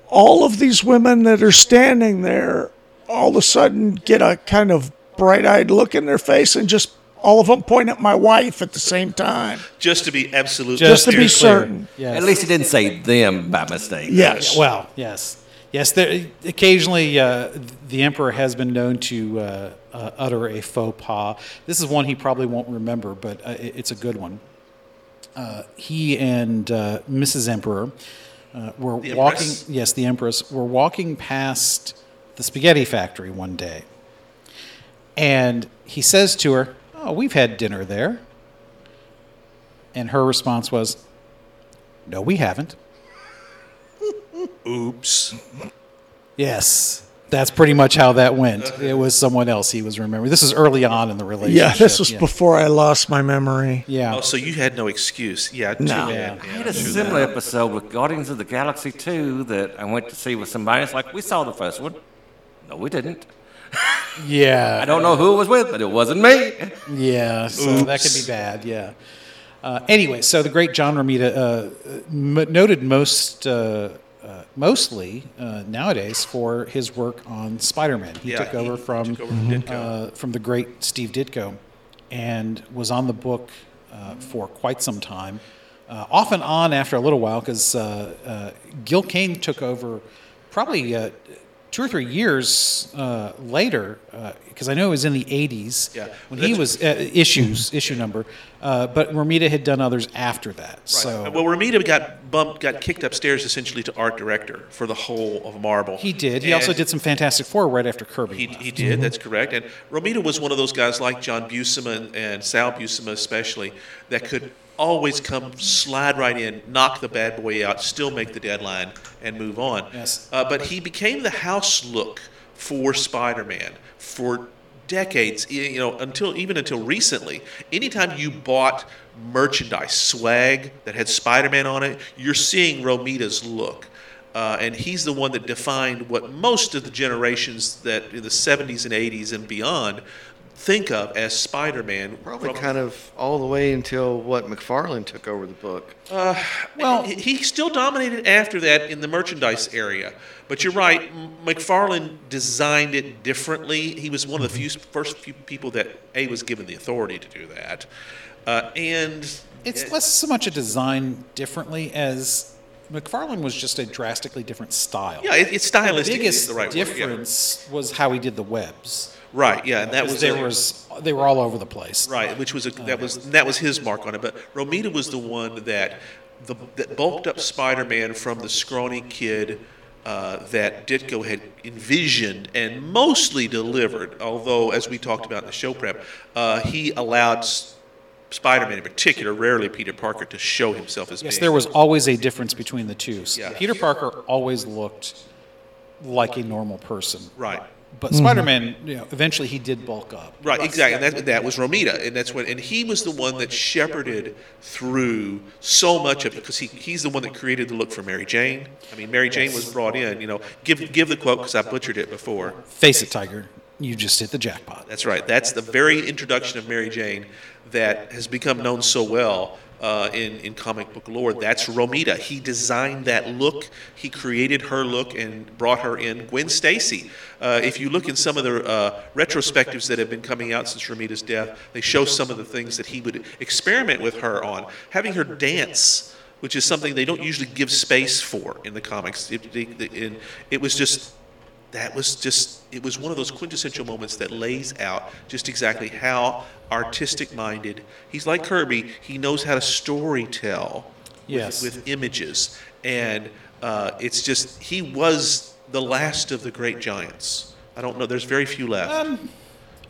D: all of these women that are standing there all of a sudden get a kind of bright eyed look in their face and just all of them point at my wife at the same time.
C: Just to be absolutely
D: Just to be
C: clear.
D: certain.
A: Yes.
E: At least he didn't say them by mistake.
D: Yes.
A: Well, yes, yes. There, occasionally, uh, the emperor has been known to uh, uh, utter a faux pas. This is one he probably won't remember, but uh, it- it's a good one. Uh, he and uh, Mrs. Emperor uh, were
C: The
A: walking.
C: Empress?
A: Yes, the Empress were walking past the spaghetti factory one day, and he says to her, "Oh, we've had dinner there," and her response was, "No, we haven't."
C: Oops.
A: Yes. That's pretty much how that went. It was someone else he was remembering. This is early on in the relationship.
D: Yeah, this was
A: yeah.
D: before I lost my memory.
A: Yeah.
C: Oh, so you had no excuse. Yeah, too
D: No.
C: bad.
E: I had a similar episode with Guardians of the Galaxy 2 that I went to see with somebody. It's like, we saw the first one. No, we didn't. I
A: yeah.
E: don't know who it was with, but it wasn't me.
A: Yeah. So that could be bad. Yeah. Uh, anyway, so the great John Romita, uh, m- noted most, uh, uh, mostly uh, nowadays for his work on Spider-Man. He
C: Yeah,
A: took
C: he
A: over from
C: took over from Ditko.
A: uh, from the great Steve Ditko, and was on the book uh, for quite some time. Uh, off and on after a little while, because uh, uh, Gil Kane took over probably uh, two or three years uh, later, because I know it was in the 80s
C: Yeah.
A: when he was uh, issues issue number, uh, but Romita had done others after that. So
C: well, Ramita got bumped, got kicked upstairs essentially to art director for the whole of Marvel.
A: he did. He
C: And
A: also did some Fantastic Four right after Kirby.
C: He,
A: left.
C: he did. That's correct. And Romita was one of those guys like John Buscema and Sal Buscema especially that could always come slide right in, knock the bad boy out, still make the deadline, and move on.
A: Yes.
C: Uh, but he became the house look for Spider-Man for decades. y- You know, until even until recently, anytime you bought merchandise swag that had Spider-Man on it, you're seeing Romita's look. Uh, and he's the one that defined what most of the generations that in the 70s and 80s and beyond think of as Spider-Man.
B: Probably
C: From-
B: kind of all the way until what McFarlane took over the book.
C: Well, he, he still dominated after that in the merchandise area. But you're right, M- McFarlane designed it differently. He was one of the few first few people that a was given the authority to do that, uh, and
A: It's less so much a design differently as McFarlane was just a drastically different style.
C: yeah, it, it's stylistic.
A: the
C: is
A: biggest
C: the right Word,
A: difference was how he did the webs.
C: yeah. Right, yeah, and that
A: 'Cause
C: was
A: there
C: a-
A: was they were all over the place.
C: Right, which was a, Oh, that was that was his mark on it. But Romita was the one that the that bulked up Spider-Man from the scrawny kid uh, that Ditko had envisioned and mostly delivered. Although, as we talked about in the show prep, uh, he allowed S- Spider-Man in particular, rarely Peter Parker, to show himself as
A: Yes,
C: being-
A: there was always a difference between the two. So
C: Yeah.
A: Peter Parker always looked like a normal person.
C: right.
A: But Spider-Man, you know, eventually he did bulk up.
C: Right, exactly, and that, that was Romita, and that's when, and he was the one that shepherded through so much of it because he, he's the one that created the look for Mary Jane. I mean, Mary Jane was brought in. You know, give give the quote because I butchered it before.
A: Face it, Tiger, you just hit the jackpot.
C: That's right. That's the very introduction of Mary Jane that has become known so well uh, in, in comic book lore. That's Romita. He designed that look. He created her look and brought her in. Gwen Stacy. Uh, if you look in some of the uh, retrospectives that have been coming out since Romita's death, they show some of the things that he would experiment with her on. Having her dance which is something they don't usually give space for in the comics. It, they- they- and it was just that was just it was one of those quintessential moments that lays out just exactly how artistic minded he's like Kirby. He knows how to story tell
A: Yes.
C: with, with images, and uh, it's just he was the last of the great giants. I don't know. There's very few left.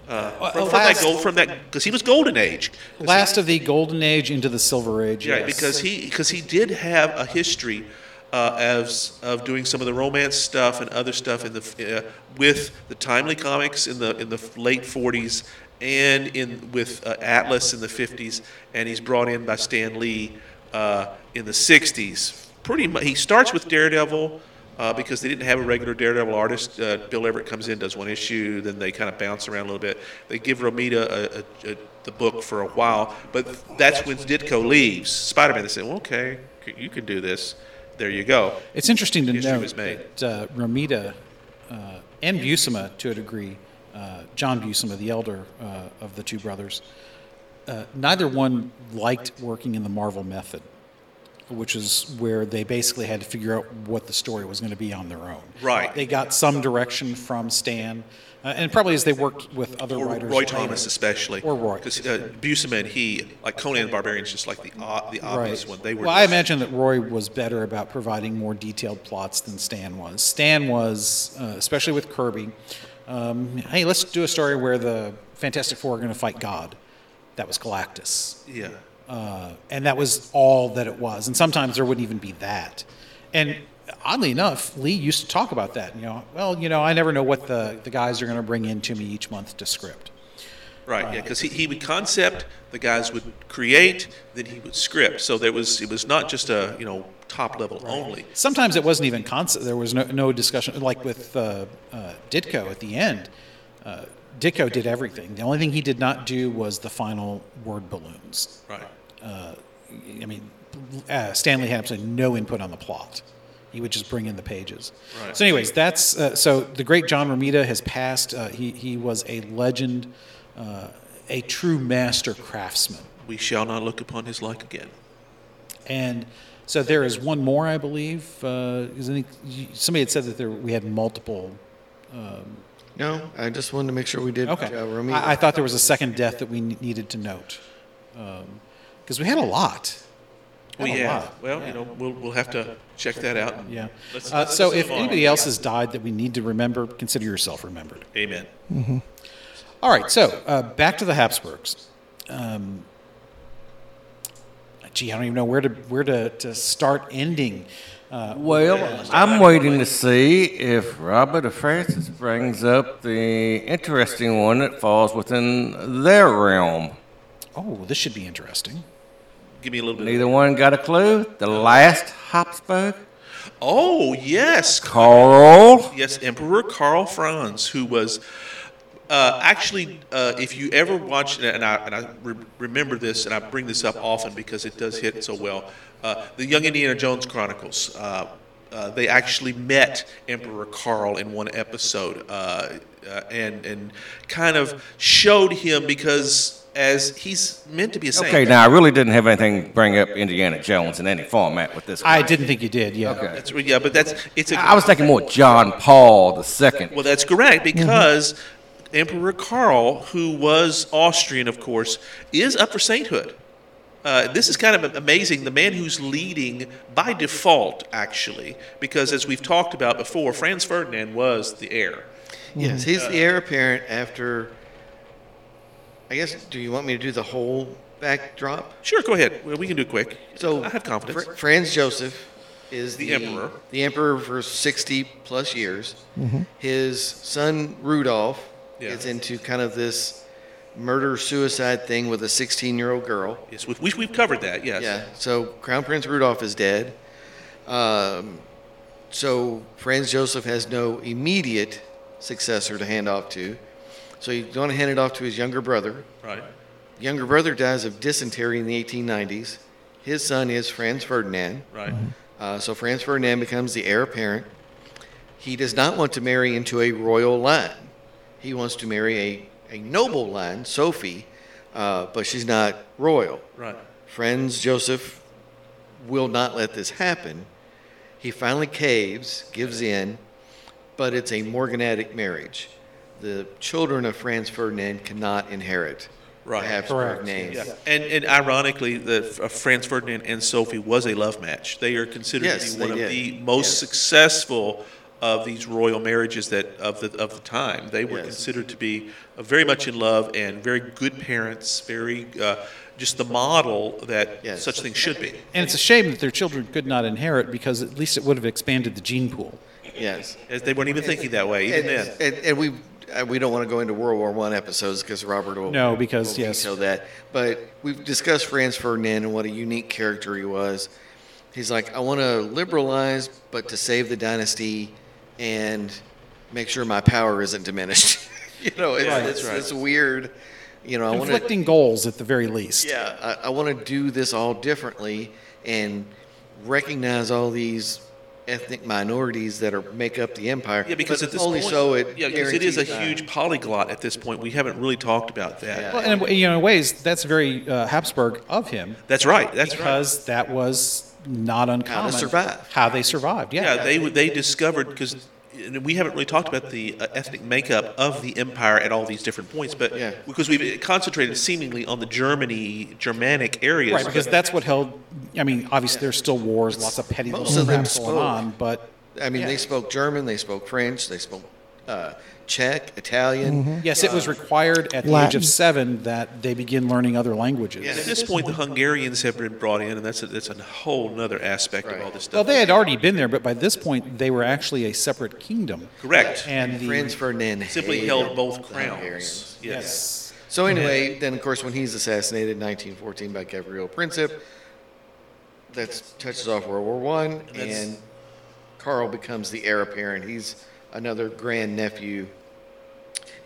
A: Uh,
C: from, from
A: last,
C: that gold, from that, because he was golden age.
A: last of the Golden Age into the Silver Age.
C: Yeah,
A: yes.
C: because he because he did have a history uh, as of doing some of the romance stuff and other stuff in the uh, with the Timely comics in the in the late 40s and in with uh, Atlas in the 50s, and he's brought in by Stan Lee uh, in the 60s. Pretty much, he starts with Daredevil. Uh, because they didn't have a regular Daredevil artist, uh, Bill Everett comes in, does one issue, then they kind of bounce around a little bit. They give Romita a, a, a, the book for a while, but that's when Ditko leaves. Spider-Man. They said, "Well, okay, c- you can do this. There you go."
A: It's interesting to
C: History
A: note
C: was made.
A: that uh, Ramita uh, and Buscema, to a degree, uh, John Buscema, the elder uh, of the two brothers, uh, neither one liked working in the Marvel method, which is where they basically had to figure out what the story was going to be on their own.
C: Right.
A: They got some direction from Stan, uh, and probably as they worked with other
C: Or
A: writers.
C: Roy
A: later.
C: Thomas, especially,
A: Or Roy.
C: because uh, Buscema and he, like Conan the Barbarian, is just like the o- the obvious one. They were.
A: well, I
C: just-
A: imagine that Roy was better about providing more detailed plots than Stan was. Stan was, uh, especially with Kirby, um, hey, let's do a story where the Fantastic Four are going to fight God. That was Galactus.
C: Yeah.
A: Uh, and that was all that it was. And sometimes there wouldn't even be that. And oddly enough, Lee used to talk about that. You know, well, you know, I never know what the, the guys are going to bring in to me each month to script.
C: Right, yeah, because he, he would concept, the guys would create, then he would script. So there was it was not just a you know top level only.
A: Sometimes it wasn't even concept. There was no, no discussion, like with uh, uh, Ditko at the end. Uh, Ditko did everything. The only thing he did not do was the final word balloons.
C: Right,
A: I mean, uh, Stanley had absolutely no input on the plot. He would just bring in the pages.
C: Right.
A: So, anyways, that's uh, so the great John Romita has passed. Uh, he he was a legend, uh, a true master craftsman.
C: we shall not look upon his like again.
A: And so there is one more, I believe. Uh, is any, you- somebody had said that there, we had multiple.
B: No, I just wanted to make sure we did.
A: Okay.
B: Uh, Romita.
A: I, I thought there was a second death that we ne- needed to note. Because we had a lot.
C: Well,
A: Had a
C: Oh, yeah.
A: lot.
C: Well, you know, we'll, we'll have to check that out. and
A: Yeah.
C: Let's-
A: Uh,
C: let's
A: so
C: move
A: if
C: on.
A: anybody else has died that we need to remember, consider yourself remembered.
C: Amen.
A: All right. So uh, back to the Habsburgs. Um, gee, I don't even know where to where to, to start ending. Uh,
E: Well, I'm waiting to see if Robert or Francis brings up the interesting one that falls within their realm.
A: oh, this should be interesting.
C: Give me a little bit.
E: Neither one got a clue. The last Habsburg,
C: Oh yes,
E: Carl.
C: yes, Emperor Karl Franz, who was uh, actually, uh, if you ever watch, and I, and I re- remember this, and I bring this up often because it does hit so well, uh, the Young Indiana Jones Chronicles. Uh, uh, they actually met Emperor Karl in one episode, uh, uh, and and kind of showed him because as he's meant to be a saint.
E: Okay, now I really didn't have anything to bring up Indiana Jones in any format with this.
A: I
E: one.
A: didn't think you did. Yeah.
E: Okay.
C: That's, yeah, but that's it's a.
E: I was thinking more John Paul the second.
C: Well, that's correct because Emperor Karl, who was Austrian, of course, is up for sainthood. Uh, this is kind of amazing. The man who's leading by default, actually, because as we've talked about before, Franz Ferdinand was the heir.
A: mm-hmm.
B: yes, he's the heir apparent after. I guess. Do you want me to do the whole backdrop?
C: Sure, go ahead. Well, We can do it quick.
B: So
C: I have confidence.
B: Fr- Franz Joseph is
C: The
B: the,
C: emperor.
B: The emperor for sixty plus years. His son Rudolph
C: Yeah.
B: gets into kind of this murder suicide thing with a sixteen year old girl.
C: yes, we've, we've- we've covered that. Yes.
B: Yeah. So Crown Prince Rudolph is dead. Um, so Franz Joseph has no immediate successor to hand off to. So he's going to hand it off to his younger brother.
C: Right.
B: Younger brother dies of dysentery in the 1890s. His son is Franz Ferdinand.
C: Right.
B: Uh, so Franz Ferdinand becomes the heir apparent. He does not want to marry into a royal line. He wants to marry a, a noble line, Sophie, uh, but she's not royal.
C: Right.
B: Friends Joseph will not let this happen. He finally caves, gives in, but it's a morganatic marriage. The children of Franz Ferdinand cannot inherit
C: Right.
B: the Habsburg
A: Correct.
B: name.
C: Yeah. And, and ironically, the uh, Franz Ferdinand and Sophie was a love match. They are considered
B: Yes,
C: to be one
B: they
C: of
B: did.
C: the most
B: Yes.
C: successful of these royal marriages that of the of the time. They were
B: Yes.
C: considered to be uh, very much in love and very good parents. Very uh, just the model that
B: Yes.
C: such things should be.
A: And it's a shame that their children could not inherit because at least it would have expanded the gene pool.
B: Yes.
C: As They weren't even thinking that way even
B: And,
C: then.
B: and, and we uh, we don't want to go into World War One episodes because Robert will
A: No, because,
B: will
A: yes.
B: veto that. But we've discussed Franz Ferdinand and what a unique character he was. He's like, I want to liberalize, but to save the dynasty and make sure my power isn't diminished. you know, it's, it's, it's weird. You know, I want to
A: Conflicting goals at the very least.
B: yeah, I, I want to do this all differently and recognize all these ethnic minorities that are make up the empire.
C: Yeah, because
B: but
C: at this
B: only
C: point,
B: so it
C: yeah, because it is a
B: guarantees that.
C: huge polyglot at this point. We haven't really talked about that.
B: Yeah.
A: Well, and you know, in ways, that's very uh, Habsburg of him
C: That's right. That's right.
A: because that was not uncommon.
B: survive.
A: How they survived, yeah.
C: Yeah, they would- they discovered because we haven't really talked about the uh, ethnic makeup of the empire at all these different points, but
B: Yeah.
C: because we've concentrated seemingly on the Germany Germanic areas,
A: Right, because that's what held. I mean, obviously, there's still wars, lots of petty
B: Most
A: little
B: of them
A: things going
B: spoke.
A: on, but
B: I mean, they spoke German, they spoke French, they spoke uh, Czech, Italian.
A: yes, it was required at the age
D: Latin.
A: of seven that they begin learning other languages.
C: And at this point, the Hungarians have been brought in, and that's a, that's a whole other aspect of all this
A: Well,
C: stuff.
A: they had already been there, but by this point, they were actually a separate kingdom.
C: Correct.
A: And the
B: Franz Ferdinand
C: Simply
B: hated
C: held both
B: the
C: crowns.
B: Hungarians.
C: Yes.
A: yes,
B: So anyway, then of course when he's assassinated in 1914 by Gabriel Princip, that touches off World War One,
C: that's-
B: and Carl becomes the heir apparent. He's another grand nephew.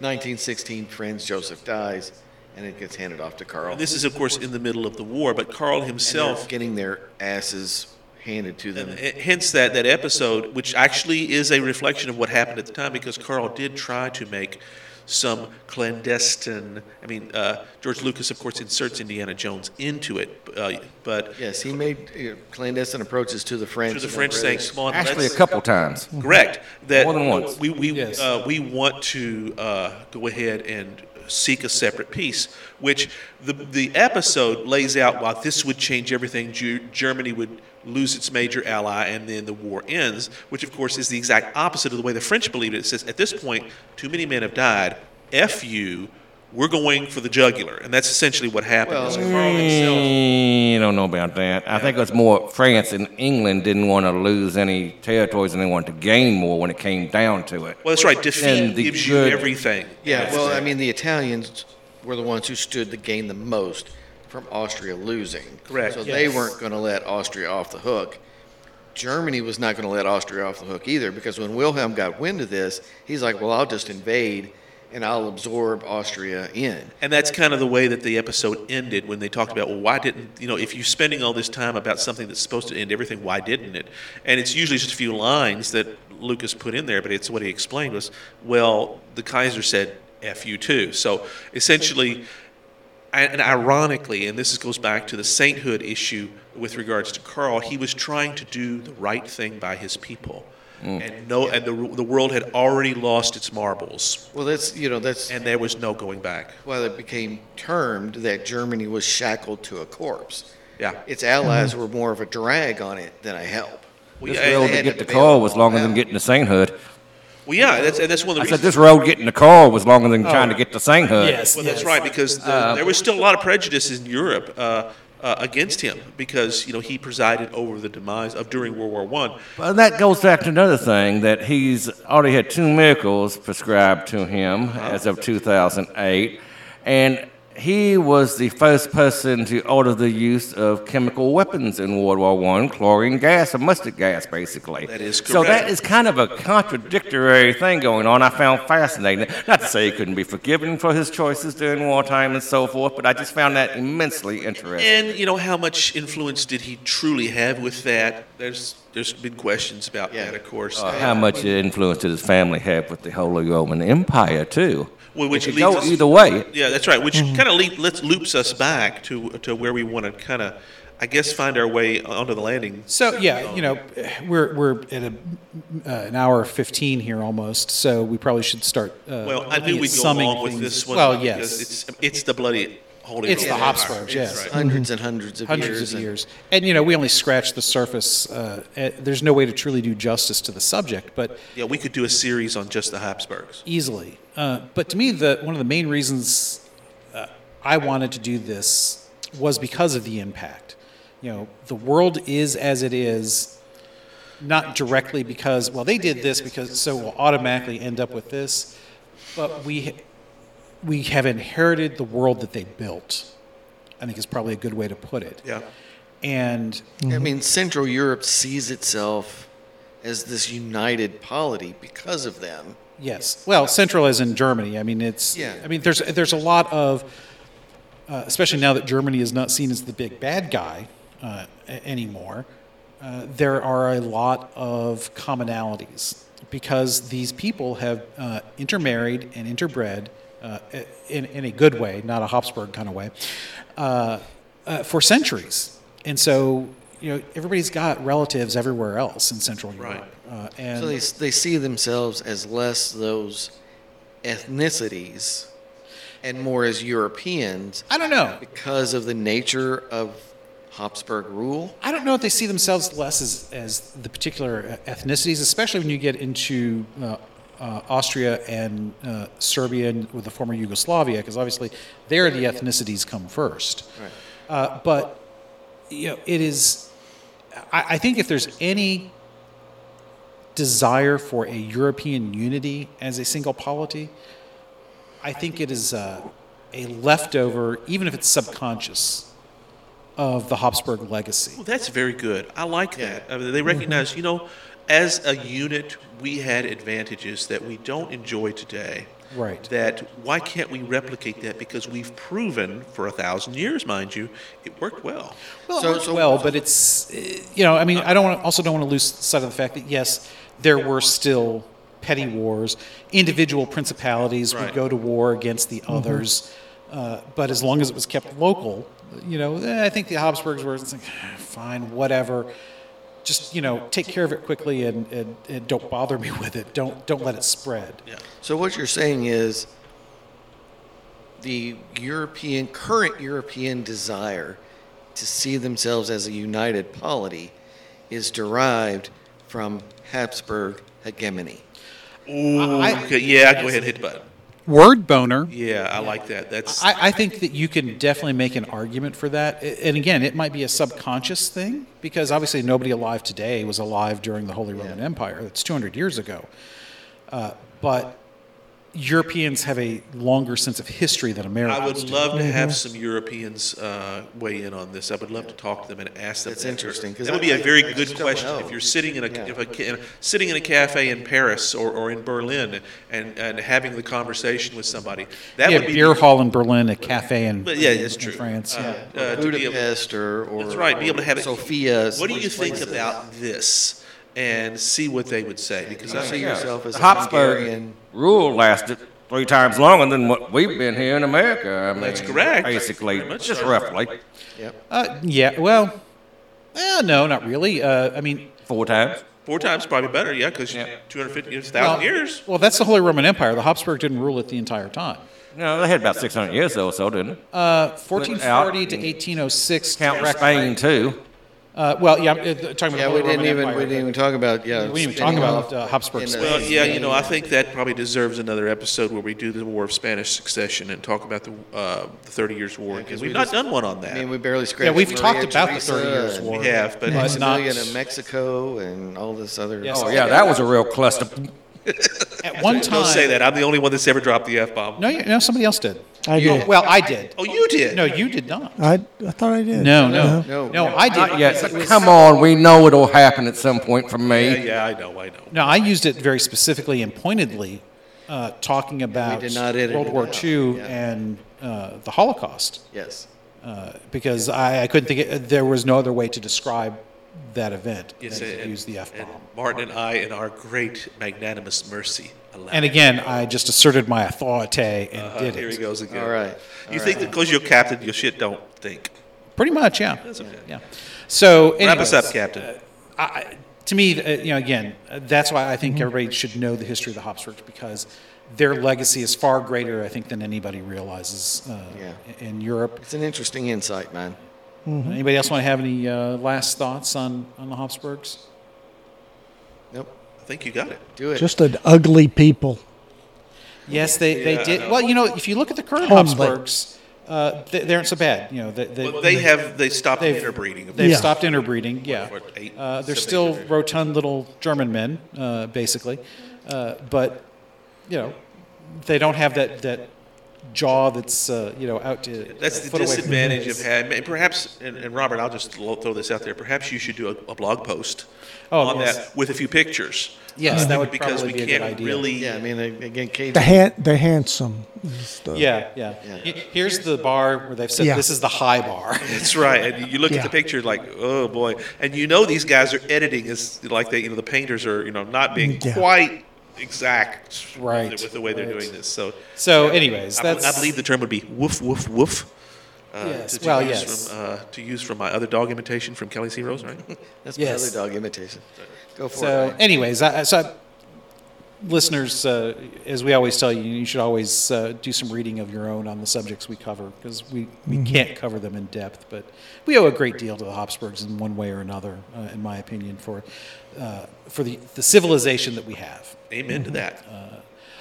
B: 1916, Franz Joseph dies, and it gets handed off to Carl.
C: And This is, of course, in the middle of the war, but Carl
B: And they're
C: himself
B: getting their asses handed to them.
C: And h- hence that, that episode, which actually is a reflection of what happened at the time, because Carl did try to make some clandestine. I mean, uh, George Lucas, of course, inserts Indiana Jones into it, uh, but
B: Yes, he made uh, clandestine approaches to the French.
C: to the
B: and
C: French saying,
B: British.
C: "Come on,
E: Actually, a
C: let's-
E: couple times.
C: Correct. That
E: More than once.
C: We we
A: Yes.
C: uh, we want to uh, go ahead and seek a separate peace, which the the episode lays out. Why this would change everything. Ge- Germany would lose its major ally, and then the war ends. Which, of course, is the exact opposite of the way the French believed it. It says, at this point, too many men have died. F you. We're going for the jugular, and that's essentially what happened.
B: Well,
C: Is Karl himself-
E: I Mm, don't know about that. I think it was more France and England didn't want to lose any territories and they wanted to gain more when it came down to it.
C: well, that's right. Defeat
E: And the
C: gives you
E: good-
C: everything.
B: Yeah, well, I mean, the Italians were the ones who stood to gain the most from Austria losing.
C: Correct.
B: So they weren't going to let Austria off the hook. Germany was not going to let Austria off the hook either because when Wilhelm got wind of this, he's like, well, I'll just invade and I'll absorb Austria in.
C: And that's kind of the way that the episode ended when they talked about, well, why didn't, you know, if you're spending all this time about something that's supposed to end everything, why didn't it? And it's usually just a few lines that Lucas put in there, but it's what he explained was, well, the Kaiser said, F you too. So essentially, and ironically, and this goes back to the sainthood issue with regards to Carl, he was trying to do the right thing by his people. And no, and the, the world had already lost its marbles,
B: Well, that's, you know, that's
C: and there was no going back.
B: why it became termed that Germany was shackled to a corpse.
C: Yeah.
B: Its allies were more of a drag on it than a help.
C: Well,
E: This
C: yeah,
E: road
B: they
E: to
B: had
E: get
B: to
E: the
B: bail
E: car was longer
B: out.
E: than getting to sainthood.
C: Well, yeah, that's, and that's one of the
E: I said
C: reasons.
E: this road getting to car was longer than trying to get to sainthood.
A: yes,
C: well,
A: yes.
C: that's right, because the, there was still a lot of prejudice in Europe uh, uh, against him because you know he presided over the demise of during World War One.
E: Well, that goes back to another thing that he's already had two miracles prescribed to him as of 2008, and he was the first person to order the use of chemical weapons in World War One, chlorine gas and mustard gas, basically.
C: That is
E: So that
C: correct.
E: is kind of a contradictory thing going on. I found fascinating. Not to say he couldn't be forgiven for his choices during wartime and so forth, but I just found that immensely interesting.
C: And you know how much influence did he truly have with that? There's there's been questions about
B: Yeah.
C: that, of course.
E: Uh, how much influence did his family have with the Holy Roman Empire too?
C: Well, which
E: it could
C: leads
E: go
C: us-
E: either way.
C: Yeah, that's right. Which
A: Mm-hmm.
C: kind of lead, let's loops us back to to where we want to kind of, I guess, find our way onto the landing.
A: So yeah, you know, we're we're at a, uh, an hour fifteen here almost, so we probably should start. Uh,
C: Well, I
A: looking
C: knew
A: at
C: we'd go
A: summing
C: along with
A: things.
C: this one.
A: Well,
C: because
A: yes,
C: it's it's the bloody holy.
A: It's the
C: Roman
A: Habsburgs,
C: Empire.
A: yes.
C: That's right.
B: Hundreds and hundreds of
A: hundreds
B: years.
A: of
B: and-
A: years. And you know, we only scratched the surface. Uh, eh, there's no way to truly do justice to the subject, but
C: Yeah, we could do a series on just the Habsburgs.
A: easily. Uh, but to me, the one of the main reasons uh, I wanted to do this was because of the impact. You know, the world is as it is, not directly because well they did this because so we'll automatically end up with this, but we we have inherited the world that they built. I think is probably a good way to put it.
C: Yeah.
A: And
B: I mean, Central Europe sees itself as this united polity because of them.
A: Yes. Well, central as in Germany. I mean, it's.
B: Yeah.
A: I mean, there's there's a lot of, uh, especially now that Germany is not seen as the big bad guy uh, a- anymore. Uh, there are a lot of commonalities because these people have uh, intermarried and interbred uh, in, in a good way, not a Habsburg kind of way, uh, uh, for centuries. And so, you know, everybody's got relatives everywhere else in Central Europe. Uh, and
B: So they, they see themselves as less those ethnicities and more as Europeans
A: I don't know.
B: because of the nature of Habsburg rule.
A: I don't know if they see themselves less as, as the particular uh, ethnicities, especially when you get into uh, uh, Austria and uh, Serbia and with the former Yugoslavia, because obviously there the ethnicities come first. Uh, but you know, it is. I, I think if there's any desire for a European unity as a single polity, I think it is a, a leftover, even if it's subconscious, of the Habsburg legacy.
C: Well, that's very good. I like that. I mean, they recognize, you know, as a unit, we had advantages that we don't enjoy today.
A: Right.
C: That why can't we replicate that? Because we've proven for a thousand years, mind you, it worked well.
A: Well,
B: So-
A: it worked
B: so-
A: well, but it's uh, you know, I mean, I don't want also don't want to lose sight of the fact that yes, there were still petty wars. Individual principalities would
C: Right.
A: go to war against the others, uh, but as long as it was kept local, you know, eh, I think the Habsburgs were it's like, "Ah, fine, whatever. Just you know, take care of it quickly and, and, and don't bother me with it. Don't don't let it spread.
C: Yeah.
B: So what you're saying is the European current European desire to see themselves as a united polity is derived from Habsburg hegemony.
C: Ooh,
A: I-
C: okay, yeah, go ahead and hit the button.
A: Word boner.
C: Yeah, I like that. That's
A: I, I think that you can definitely make an argument for that. A- And again, it might be a subconscious thing because obviously nobody alive today was alive during the Holy Roman Empire. That's 200 years ago. Uh, but Europeans have a longer sense of history than Americans.
C: I would
A: do.
C: love to have some Europeans uh, weigh in on this. I would love to talk to them and ask them.
B: That's
C: that.
B: interesting, 'cause
C: That would
B: I-
C: be a very
B: I just
C: good
B: don't
C: question.
B: know.
C: If you're sitting in a,
B: Yeah.
C: if a ca- sitting in a cafe in Paris or, or in Berlin and, and having the conversation with somebody, that
A: Yeah,
C: would be
A: beer hall in Berlin, a cafe in,
C: But yeah, it's
A: in
C: true.
A: France. yeah.
C: uh, to be able-
B: Budapest or, or
C: That's right. Be able to have it.
B: Sofia.
C: What do you
B: someplace
C: think
B: like that.
C: about this? And see what they would say because uh,
B: You
C: I
B: see yourself as
E: The
B: a
E: Habsburg
B: Hungarian.
E: rule lasted three times longer than what we've been here in America. I mean,
C: That's correct.
E: Basically,
C: Very much
E: just
C: so.
E: roughly
B: Yep.
A: Uh, yeah, well, eh, no, not really. Uh, I mean,
E: four times.
C: four times probably better. Yeah, because
E: Yeah.
C: 250 years, thousand
A: well-
C: years.
A: uh, Well, that's the Holy Roman Empire. The Habsburg didn't rule it the entire time.
E: No, they had about 600 years or so, didn't they?
A: Uh, 1440 to
E: in-
A: 1806.
E: Count
A: direct-
E: Spain too.
A: Uh, well, yeah, I'm, uh, talking about the
B: Yeah, we
A: Holy
B: didn't
A: Roman
B: even
A: Empire,
B: we didn't even talk about yeah.
A: We didn't even
B: spinning
A: talk about,
B: off
A: uh, Habsburg
B: in the-
A: Spain.
C: Well, yeah, you know, I think that probably deserves another episode where we do the War of Spanish Succession and talk about the uh, the Thirty Years' War because
B: 'cause
C: we've
B: we
C: not
B: just-
C: done one on
B: I mean,
C: that.
B: we barely
A: Yeah,
B: scratched.
A: we've talked
B: Maria
A: about the
B: Theresa
A: Thirty Years
B: and
A: War.
C: We have, but
A: But
B: Maximilian
A: not-
B: of Mexico and all this other.
A: Yes. Oh,
E: Oh yeah, that was a real cluster.
A: At one time.
C: Don't say that. I'm the only one that's ever dropped the F bomb.
A: No, you- no, somebody else did.
D: I did.
A: Well, I did.
C: Oh, you did.
A: No, you did not.
D: I, I thought I did.
A: No, no,
B: No.
A: no. I did.
E: Not yet. Come on, we know it'll happen at some point for
C: Yeah,
E: me.
C: yeah, I know, I know.
A: No, I used it very specifically and pointedly, uh, talking about
B: did not edit
A: World
B: it
A: War
B: out.
A: II
B: Yeah.
A: and uh, the Holocaust,
B: Yes.
A: uh, because I, I couldn't think it, there was no other way to describe that event
C: Yes,
A: than to
C: and-
A: use the F bomb.
C: and Martin and I, in our great magnanimous mercy, allowed.
A: And again, I just asserted my authority and
C: Uh,
A: did
C: here he
A: it.
C: goes again.
B: All right.
C: You think that because you're captain, your shit don't think.
A: Pretty much, yeah.
C: That's okay.
A: Yeah. So,
C: Wrap us
A: anyways,
C: up, Captain.
B: Uh,
A: I, to me, uh, you know, again, uh, that's why I think everybody should know the history of the Habsburgs because their legacy is far greater, I think, than anybody realizes uh,
B: Yeah.
A: in in Europe.
B: It's an interesting insight, man.
A: Anybody else want to have any uh, last thoughts on, on the Habsburgs?
B: Nope.
C: I think you got it.
B: Do it.
D: Just an ugly people.
A: Yes, they, they
C: Yeah, I know.
A: did. Well, you know, if you look at the current
D: Humbly.
A: Habsburgs, uh, they, they aren't so bad. You know, they, they,
C: But they have they stopped
A: They've-
C: interbreeding.
A: They've
D: Yeah.
A: stopped interbreeding. Yeah,
C: What, eight,
A: uh, they're
C: seven,
A: still
C: eight years?
A: rotund little German men, uh, basically, uh, but you know, they don't have that that jaw that's uh, you know out to.
C: That's
A: a
C: the
A: foot away from
C: disadvantage of
A: nose.
C: having. and Perhaps, and, and Robert, I'll just lo- throw this out there. Perhaps you should do a, a blog post
A: Oh,
C: on
A: yes.
C: that with a few pictures. Uh,
A: Yes, that would
C: because
A: probably
C: we
A: be a good
C: can't
A: idea.
C: really.
B: Yeah, I mean, a- again, Cajun.
D: The han- the handsome. is the-
A: Yeah, yeah.
B: Yeah.
A: He- Here's the bar where they've said
D: Yeah.
A: this is the high bar.
C: That's right. And you look at
D: Yeah.
C: the picture like, oh boy. And you know these guys are editing is like they, you know, the painters are, you know, not being
D: Yeah.
C: quite exact
A: Right,
C: with the way they're
A: right.
C: doing this. So,
A: So, anyways,
C: I, be-
A: that's
C: I believe the term would be woof woof woof. Uh,
A: Yes.
C: to
A: Well,
C: use
A: yes.
C: From, uh, to use from my other dog imitation from Kelly's Heroes, right?
B: That's
A: Yes.
B: my other dog imitation. Go for it.
A: So,
B: man.
A: anyways, I, I- so I- listeners, uh, as we always tell you, you should always uh, do some reading of your own on the subjects we cover because we, we can't cover them in depth. But we owe a great deal to the Habsburgs in one way or another, uh, in my opinion, for uh, for the, the civilization that we have.
C: Amen to that.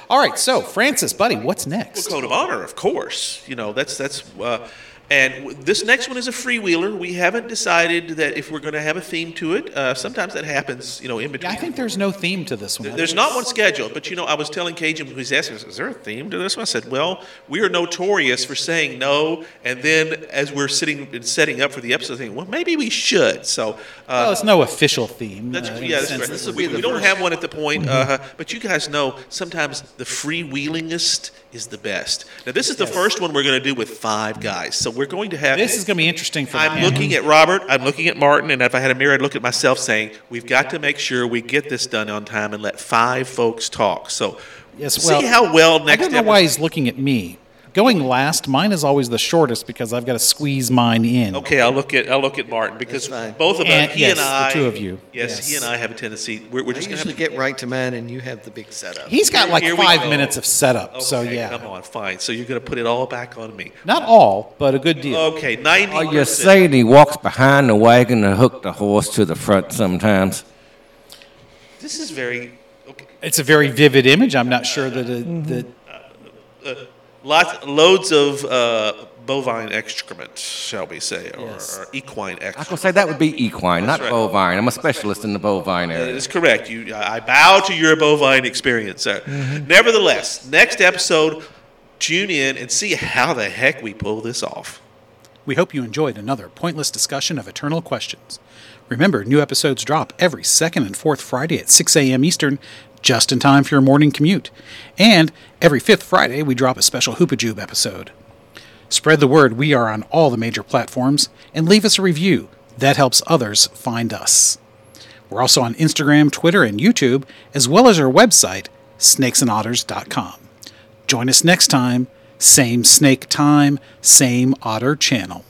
A: All right, so Francis, buddy, what's
C: Well,
A: next?
C: code of honor, of course. You know, that's that's. Uh, and w- this next one is a freewheeler. We haven't decided that if we're going to have a theme to it. Uh, sometimes that happens, you know, in
A: Yeah,
C: between.
A: I think there's no theme to this one.
C: There's not one scheduled, but you know, I was telling Cajun, who's asking, us, is there a theme to this one? I said, well, we are notorious for saying no, and then as we're sitting and setting up for the episode, thinking, well, maybe we should.
A: Oh,
C: So,
A: Well,
C: uh,
A: it's no official theme.
C: that's,
A: uh, in
C: yeah,
A: the
C: that's
A: sense
C: right.
A: that
C: we, we don't have one at the point, uh,
A: Mm-hmm.
C: but you guys know sometimes the freewheelingest is the best. Now, this is the first one we're going to do with five guys, so we're going to have.
A: This is going to be interesting for the
C: I'm
A: panel.
C: looking at Robert, I'm looking at Martin, and if I had a mirror, I'd look at myself saying, We've got to make sure we get this done on time and let five folks talk. So
A: Yes, well,
C: see how well next
A: I don't know
C: epi-
A: why he's looking at me. Going last, mine is always the shortest because I've got to squeeze mine in.
C: Okay, I'll look at I'll look at Martin because
B: That's fine.
C: both of
A: And-
C: us, he
A: yes,
C: and
A: the
C: I,
A: two of you.
C: Yes, he
A: Yes.
C: and I have a tendency. We're, we're
B: I
C: just gonna have
B: usually
C: to
B: get right to mine, and you have the big setup.
A: He's got like
C: Here we
A: five
C: go.
A: minutes of setup, so
C: Oh, Okay,
A: yeah.
C: Come on, fine. So you're gonna put it all back on me.
A: Not all, but a good deal.
C: Okay, ninety.
E: Oh, you saying he walks behind the wagon and hook the horse to the front sometimes?
C: this is very okay.
A: it's a very vivid image. I'm not sure that it, that
C: Lots, loads of uh, bovine excrement, shall we say, or,
A: Yes.
C: or equine
E: I could
C: excrement.
E: say that would be equine, not
C: right.
E: bovine. I'm a specialist in the bovine
C: That
E: area.
C: is correct. You, I bow to your bovine experience. sir.
E: Mm-hmm.
C: Nevertheless, next episode, tune in and see how the heck we pull this off.
A: We hope you enjoyed another pointless discussion of eternal questions. Remember, new episodes drop every second and fourth Friday at 6 a.m. Eastern, just in time for your morning commute. And every fifth Friday, we drop a special Hoopajube episode. Spread the word we are on all the major platforms and leave us a review. That helps others find us. We're also on Instagram, Twitter, and YouTube, as well as our website, snakesandotters.com. Join us next time, same snake time, same otter channel.